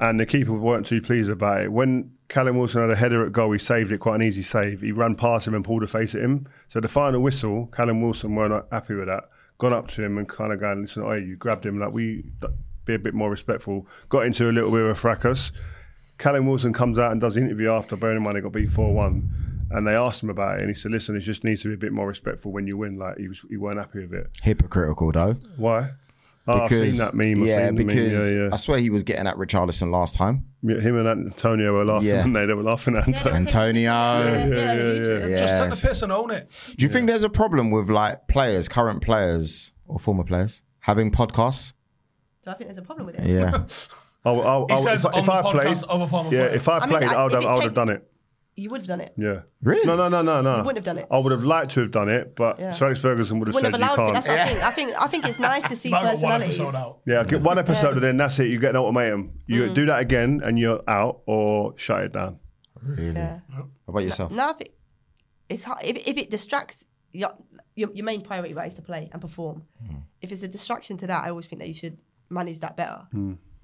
and the keeper weren't too pleased about it. When Callum Wilson had a header at goal, he saved it quite an easy save. He ran past him and pulled a face at him. So the final whistle, Callum Wilson weren't happy with that. Gone up to him and kind of going, "Listen, oh, you grabbed him. Like we be a bit more respectful." Got into a little bit of a fracas. Callum Wilson comes out and does the interview after, bearing in mind they got beat 4 1. And they asked him about it, and he said, Listen, it just needs to be a bit more respectful when you win. Like, he, was, he weren't happy with it.
hypocritical though.
Why? Oh, I've seen that meme. I've
yeah,
seen the
because
meme.
I
Yeah,
swear he was getting at Richarlison last time.
yeah. Him and Antonio were laughing,
Yeah.
weren't they? They were laughing at Antonio.
Antonio.
Yeah, yeah, yeah. yeah.
Just take
Yes.
the piss and own it.
Do you think there's a problem with like players, current players or former players, having podcasts?
Do I think there's a problem with it?
Yeah.
I would- I would-
He
I would-
says
Oh, if, I-
on
if
the
I
podcast
played,
of a former
yeah,
player.
if I
mean,
played,
oh, I-
I, would
if
have,
it
I would
take-
have done it.
You would have done it.
Yeah.
Really?
No, no, no, no, no. You
wouldn't have done it.
I would have liked to have done it, but
Yeah.
Sir Alex Ferguson would have
Wouldn't
said
have
you
allowed it.
can't.
That's what I think. I think. I think it's nice to see
Might have got one
personalities.
episode out.
Yeah, get one episode and then that's it. You get an ultimatum. You
Mm-hmm.
do that again and you're out or shut it down.
Really?
Yeah.
How about yourself?
No, I think it's hard. If, if it distracts your, your your main priority, right, is to play and perform.
Hmm.
If it's a distraction to that, I always think that you should manage that better.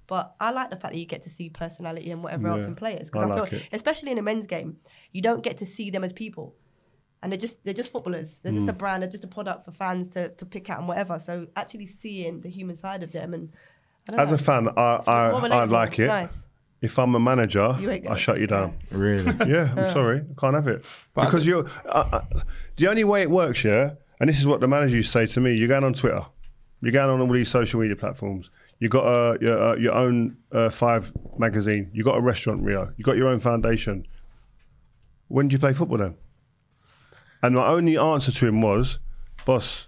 But I like the fact that you get to see personality and whatever else
Hmm. Yeah,
in players
I
because I,
like
feel,
it.
especially in a men's game, you don't get to see them as people, and they're just they're just footballers. They're
Hmm.
just a brand. They're just a product for fans to, to pick out and whatever. So actually seeing the human side of them and I don't
As
know,
a fan, I,
it's
I,
more
I
relatable.
like
It's
it.
nice.
If I'm a manager,
You ain't
I
gonna-
shut you down.
Really?
Yeah, I'm sorry, I can't have it because you're uh, uh, the only way it works. Yeah, and this is what the manager used to say to me: you're going on Twitter, you're going on all these social media platforms. You got uh, your, uh, your own uh, Five magazine. You got a restaurant, Rio. You got your own foundation. When did you play football then? And my only answer to him was, "Boss,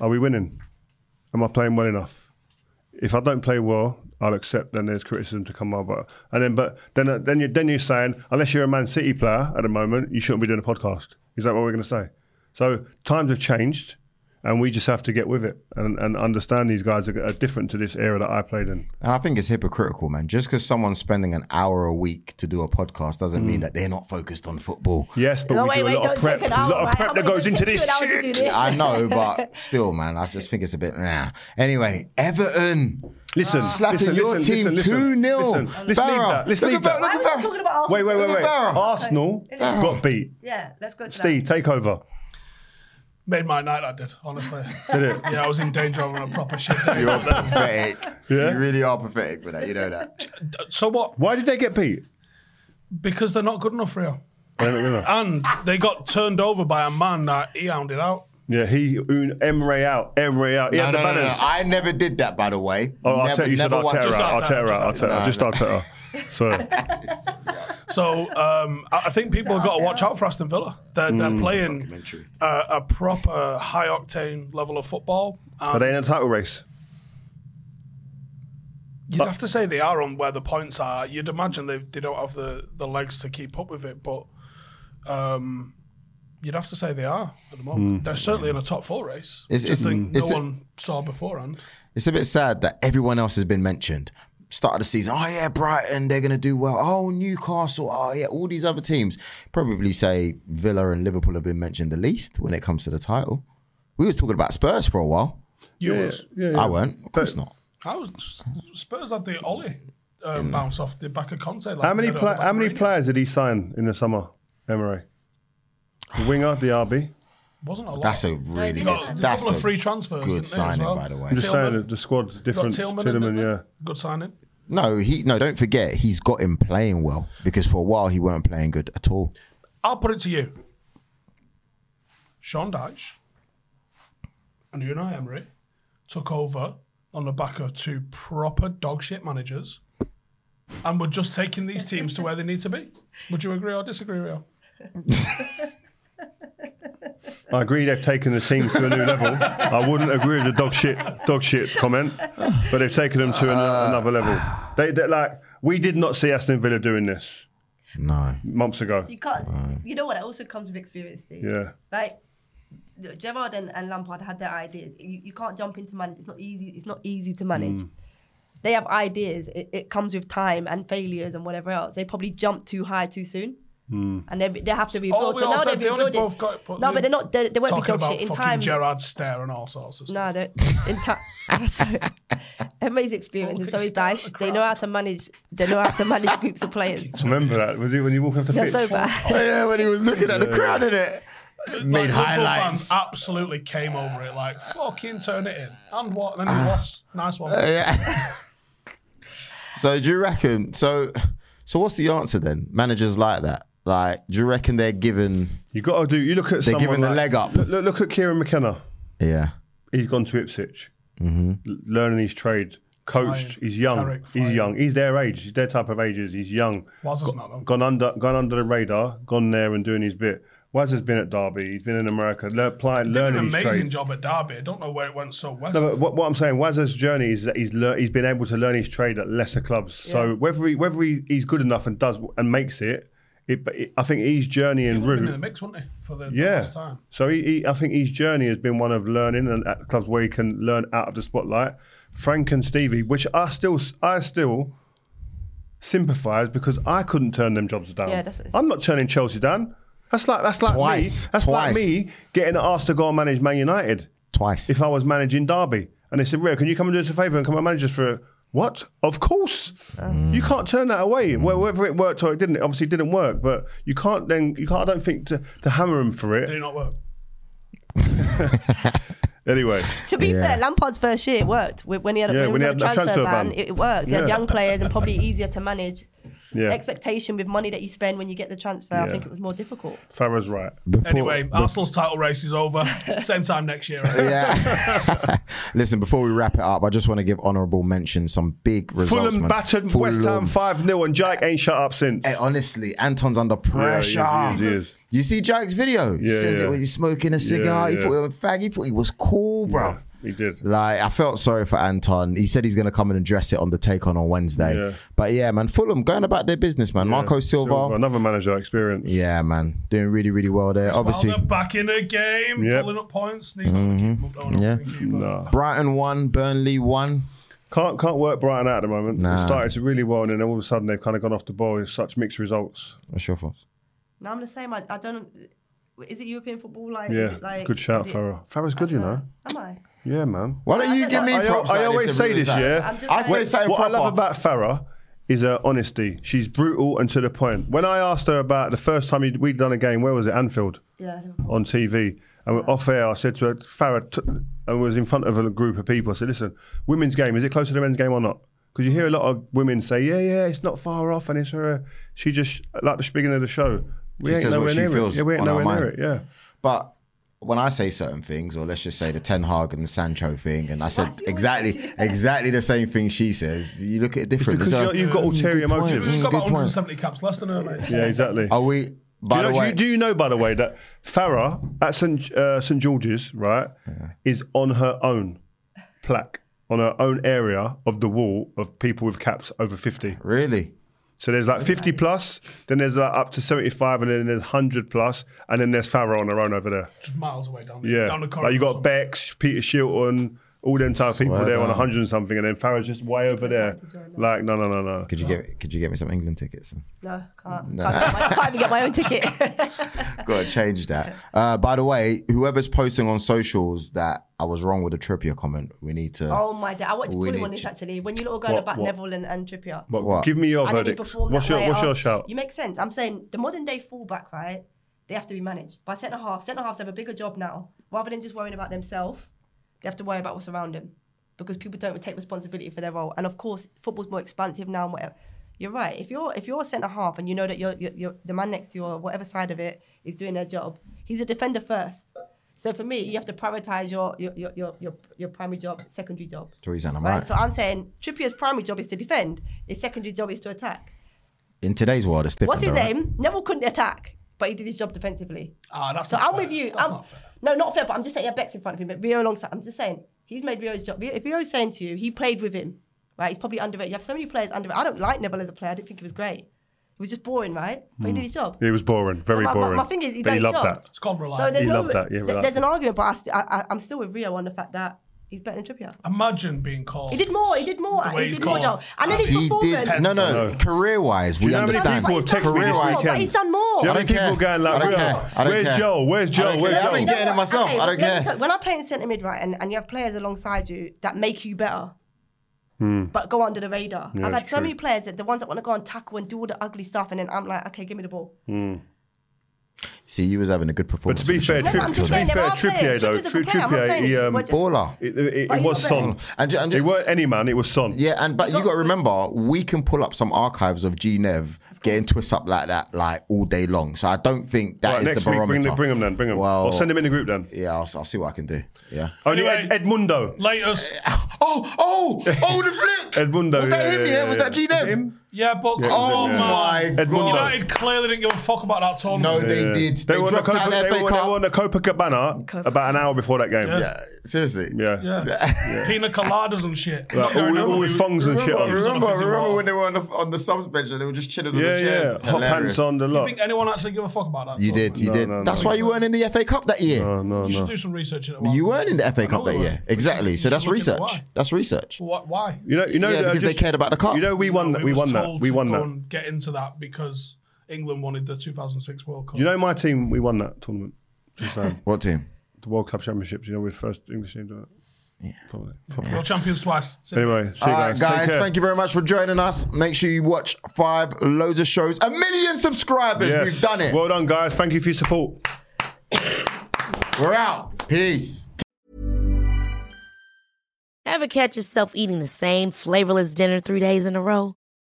are we winning? Am I playing well enough? if I don't play well, I'll accept. Then there's criticism to come over, and then but then then you then you're saying unless you're a Man City player at the moment, you shouldn't be doing a podcast. Is that what we're going to say? So times have changed, and we just have to get with it and, and understand these guys are, are different to this era that I played in.
And I think it's hypocritical, man. Just because someone's spending an hour a week to do a podcast doesn't
Mm.
mean that they're not focused on football.
Yes, but
No,
we
Oh, wait,
do a
wait,
lot
don't
of prep.
take
There's
it
a
out,
lot of
right?
prep
How
that
many
goes into this
times do you
shit.
do this?
I know, but still, man, I just think it's a bit nah. Anyway, Everton.
Listen,
Slapping
listen,
your
listen,
team
listen, listen.
2-0.
Listen, Let's leave
Barra,
that. Let's
look
leave
at Barra,
that.
look
Why are we not talking about Arsenal?
Wait, wait, wait, wait.
Barra.
Arsenal got beat.
Yeah, let's go to
Steve,
that.
take over.
Made my night, I did, honestly.
Did it?
yeah, I was in danger of having a proper shit day.
You're pathetic.
Yeah.
You really are pathetic for that. You know that.
So what?
Why did they get beat?
Because they're not good enough, Rio.
They don't win.
And they got turned over by a man that he hounded out.
Yeah, he un, Emre out, Emre out. He
No,
had
no,
the
no, no,
banners.
no. I never did that, by the way.
Oh, I'll
never,
tell you, said
never once-
Arteta,
Just
Arteta,
Arteta,
Arteta, just
just
Arteta. So
So um, I I think people have got to watch out for Aston Villa. They're,
Mm.
they're playing a, a proper high octane level of football.
are
And
they in a title race?
you'd have to say they are on where the points are. You'd imagine they, they don't have the, the legs to keep up with it, but um, you'd have to say they are at the
Hmm.
moment. They're certainly in a top four race.
It's-
It's, just
it's-
think
it's-
no one saw beforehand.
It's a bit sad that everyone else has been mentioned. Start of the season, oh yeah, Brighton, they're gonna do well. Oh, Newcastle, oh yeah, all these other teams. Probably say Villa and Liverpool have been mentioned the least when it comes to the title. We was talking about Spurs for a while.
You was.
I weren't. Of course not.
How was- Spurs had the Ollie um, bounce off the back of Conte. Like
How many
they had
pla-
on the
how many
Mourinho.
players did he sign in the summer, Emre? The winger, the RB.
Wasn't a lot.
That's a
They
really
got
good.
a
That's
couple
a
of free transfers.
good
didn't they, as
signing,
well?
by the way.
I'm just saying
Tillman.
that the squad's
Got
different.
Tillman,
Tillman,
in, didn't they?
yeah.
Good signing.
No, he no. Don't forget, he's got him playing well because for a while he weren't playing good at all.
I'll put it to you. Sean Dyche and Unai Emery took over on the back of two proper dog shit managers and were just taking these teams to where they need to be. Would you agree or disagree, Rio?
I agree they've taken the team to a new level. I wouldn't agree with the dog shit dog shit comment, but they've taken them to an, another level. They they like we did not see Aston Villa doing this
No,
months ago.
You can't. You know what? It also comes with experience, Steve.
Yeah.
Like Gerard and, and Lampard had their ideas. You, you can't jump into manage. It's not easy. It's not easy to manage.
Mm.
They have ideas. It, it comes with time and failures and whatever else. They probably jumped too high too soon.
Mm.
And they, they have to rebuild.
we
so
all
now
said
they're
Oh, they only
rebuilding.
both got it, but
no,
they-
but they're not. They, they won't be
Talking
dog
about
shit in
fucking
time.
Gerard Stare and all sorts of
No,
stuff.
they're in time. Amazing experience,
Oh, Look
and
at
so
the
is
start of
Daesh.
the
They know how to manage. They know how to manage groups of players.
Remember that? Was it when you walked off the
They're
pitch?
so bad.
yeah, when he was looking at the crowd in it, made
Liverpool fans
highlights.
absolutely came over it like fucking turn it in and what? And then
Ah.
we lost. Nice one.
Uh,
Yeah. so do you reckon? So, so what's the answer then? Managers like that, like do you reckon they're given?
You got to do. You look at
They're
someone
giving the
like-
leg up.
Look, look, look at Kieran McKenna.
Yeah,
He's gone to Ipswich,
Mm-hmm.
L- learning his trade, coached.
Flying.
He's young.
Carrick,
he's
flying.
young. He's their age. He's their type of ages. He's young.
Was not though.
Gone under, gone under the radar. Gone there and doing his bit. Waz has been at Derby. He's been in America, le- applying,
Did an
learning his
amazing
trade.
job at Derby. I don't know where it went so west.
No, but what, what I'm saying, Wazza's journey is that he's lear he's been able to learn his trade at lesser clubs. So whether he, whether he, he's good enough and does and makes it, it, but it I think his journey and
He would've
route
been in the mix, wouldn't he? For the
Yeah.
last time.
So he, he, I think his journey has been one of learning and at clubs where he can learn out of the spotlight. Frank and Stevie, which I still I still sympathise because I couldn't turn them jobs down.
Yeah, that's it.
I'm not turning Chelsea down. That's like that's like
Twice.
me. That's
Twice.
like me getting asked to go and manage Man United
twice.
if I was managing Derby. And they said, Rio, can you come and do us a favour and come and manage us for what? Of course.
Uh.
You can't turn that away. Wh- Whether it worked or it didn't, it obviously didn't work, but you can't then you can't I don't think to, to hammer him for
Did
it.
it not work?
Anyway.
To be fair, Lampard's first year it worked. Wh- When he had,
Yeah,
when he was on the transfer, ban, it it worked. He had
Yeah.
young players and probably easier to manage.
Yeah.
Expectation with money that you spend when you get the transfer, I think it was more difficult.
Farah's right.
Anyway, Arsenal's title race is over. Same time next year. I think.
Yeah. Listen, before we wrap it up, I just want to give honourable mention some big results.
Fulham
man.
battered West Ham 5 0, and Jake ain't shut up since.
Hey, uh-huh. honestly, Anton's under
Yeah, he
pressure.
is, he is, he is.
You see Jake's video. He
Yeah,
sends
yeah.
it when he's smoking a cigar. He
yeah.
thought he was a fag. He thought he was cool, bro.
He did.
Like I felt sorry for Anton. He said he's going to come in and dress it on the take on on Wednesday.
Yeah.
But yeah, man, Fulham going about their business, man. Marco
Yeah.
Silva.
Another manager experience.
Yeah, man, doing really really well there. Obviously,
Wilder back in the game,
Yep. Mm-hmm.
pulling up points. And he's not gonna keep up, I don't
Yeah.
think either.
Nah.
Brighton won, Burnley won.
Can't can't work Brighton out at the moment.
Nah.
They started really well and then all of a sudden they've kind of gone off the ball with such mixed results.
What's your thoughts?
No, I'm the same. I, I don't. Is it European football? Like, is
Yeah.
it like
good shout,
is it-
Farrell. Farrell's good, you know.
Am I?
Yeah, man.
Why don't you
I-
give me
I,
props?
I
like
always
this
say
every
this,
time?
yeah.
I'm just
I say
like-
something
what
proper.
I love about Farah is her honesty. She's brutal and to the point. When I asked her about the first time you'd- we'd done a game, where was it? Anfield
Yeah. Liverpool.
on TV. And off air, I said to her, Farah, t- I was in front of a group of people. I said, listen, women's game, is it close to the men's game or not? Because you hear a lot of women say, yeah, yeah, it's not far off. And it's her, she just, like the beginning of the show, we
She
ain't
says what
nowhere
she
near
feels
it. Yeah, we ain't
on her
nowhere near
mind.
it. Yeah.
But when I say certain things, or let's just say the Ten Hag and the Sancho thing, and I said
do you
exactly
always say that?
exactly the same thing she says, you look at it differently.
because you're- you've got ulterior motives.
He's
Mm,
got
good
about
point.
170 caps less than her, mate.
Yeah, exactly.
Are we?
Do
Oh, By
you, know,
the
do,
way,
you, do you know, by the way, that Farah at St. Uh, St. George's, right, is on her own plaque, on her own area of the wall of people with caps over 50.
really?
So there's like 50 plus, then there's like up to 75, and then there's 100 plus, and then there's Farah on her own over there.
Just miles away down the,
Yeah.
down the corridor.
like you got Bex, Peter Shilton, all them type of people
Swear
there
down.
on 100 and something, and then Farah's just way over there. Like, no, no, no, no.
Could you get could you get me some England tickets?
No, can't. Can't, get my, can't even get my own ticket.
Got to change that. Uh, by the way, whoever's posting on socials that I was wrong with the Trippier comment, we need to.
oh my day! I want to
We
call him
need
on this
to-
actually. When you little girl
What-
about
what?
Neville and, and Trippier.
But
What?
give me your
I think he
verdict.
performed
What's
that
your,
way
what's your
after-
shout?
You make sense. I'm saying the modern day fullback, right? They have to be managed by centre half. Centre halves have a bigger job now. Rather than just worrying about themselves, they have to worry about what's around them because people don't take responsibility for their role. And of course, football's more expansive now and whatever. You're right. If you're if you're a centre half and you know that you're, you're, you're the man next to you or whatever side of it is doing their job, he's a defender first. So for me, you have to prioritize your your your your, your, your primary job, secondary job.
Three and I'm
Right.
right.
So I'm saying Trippier's primary job is to defend. His secondary job is to attack.
In today's world, it's different.
What's his
though, right?
name? Neville couldn't attack, but he did his job defensively.
Ah, that's
So
not
I'm
fair.
with you.
That's
I'm,
not fair.
No, not fair. But I'm just saying, yeah, Beck's in front of him, but Rio alongside. I'm just saying he's made Rio's job. If Rio's saying to you, he played with him, right? He's probably underrated. You have so many players underrated. I don't like Neville as a player. I didn't think he was great. He was just boring, right? But he did his job.
It was boring, very
my- my-
boring.
my thing is, he
but he
done his
loved
job.
that.
It's called
So
reliable.
there's
He
no,
loved that, yeah,
there-
relax.
there's an argument, but I st- I, I, I'm still with Rio on the fact that he's better than Trippier.
Imagine being called.
He did more. He did more.
The way
He
he's
did more,
called.
Joel. And then his
He
performance.
did. No, no.
No.
Career wise, we
Do you know how many
understand.
people have texted me
Career
this
more,
wise,
weekend?
but he's done more.
Do you know
I
how
don't
many people
care.
going like,
I don't
"Where-
care. I don't
where's
care.
Joel? Where's
I don't
Joel? Where's
care.
Joel?
I ain't getting it myself. I don't
let me
care.
tell you, when I play in centre mid, right, and, and you have players alongside you that make you better, but go under the radar. I've had
it's
so
true.
many players that the ones that want to go and tackle and do all the ugly stuff, and then I'm like, okay, give me the ball.
See, you was having a good
But
performance.
to be
in the
fair,
Champions
No,
Tri-
I'm
League
to
just
today.
be
saying there
fair,
are
Trippier
players.
though,
Trippier's a good
Tri-
player, I'm not
Trippier,
saying
he,
we're
um,
just-
baller.
it, it,
But
it
he's
was
not
Son.
better.
And, ju- and, ju-
It weren't any man, it was Son.
Yeah, and but you got to remember, we can pull up some archives of G Nev getting twist up like that, like all day long. So I don't think
Right,
that is
next
the
week,
barometer.
bring, the, bring them then, bring them.
Well,
I'll send them in the group then.
Yeah, I'll, I'll see what I can do. Yeah.
Only
Anyway.
Ed, Edmundo.
Latest.
Oh, oh, oh, the flip.
Edmundo.
Was that him? Yeah, was that G Nev?
Him?
Yeah, but
Oh
Yeah.
my
Edmundo.
god.
United clearly didn't give a fuck about that
No,
tournament.
they did. They,
They, were on the
dropped out
Copa,
their
they,
FA
were, they were
Cup.
on the Copacabana about an hour before that game.
Yeah.
Yeah, seriously.
Yeah.
Yeah. Pina coladas and shit. Not
Like, all,
going
with- all
nowhere.
with thongs and shit
Remember,
on.
remember,
fizzy
remember
wall.
when they were on the on the subs bench and they were just chilling on
Yeah,
the chairs.
yeah. Hot
Hilarious.
pants on the
Do you
lot.
think anyone actually give a fuck about that?
You did, you
No,
did.
no,
That's
no.
why you weren't in the FA Cup that year.
No, no,
You should
no.
do some research into
You weren't in the FA Cup
know
that
we
year.
weren't.
Exactly.
You
So
should
that's
look into
research.
why.
That's research.
What, why?
You know, you know,
Yeah,
uh,
because they
just-
cared about the cup.
You know, we won.
We
We
was
won that.
told
We
to
won
go
that.
and Get into that because England wanted the 2006 World Cup.
You know, my team. We won that tournament. Just saying.
What team?
the World Club Championships. You know, we're first English team to it. Probably.
World champions twice.
Anyway, see you
All right,
guys.
guys, thank you very much for joining us. Make sure you watch five loads of shows. A million subscribers. We've done it.
Well done, guys. Thank you for your support.
We're out. Peace.
Ever catch yourself eating the same flavorless dinner three days in a row?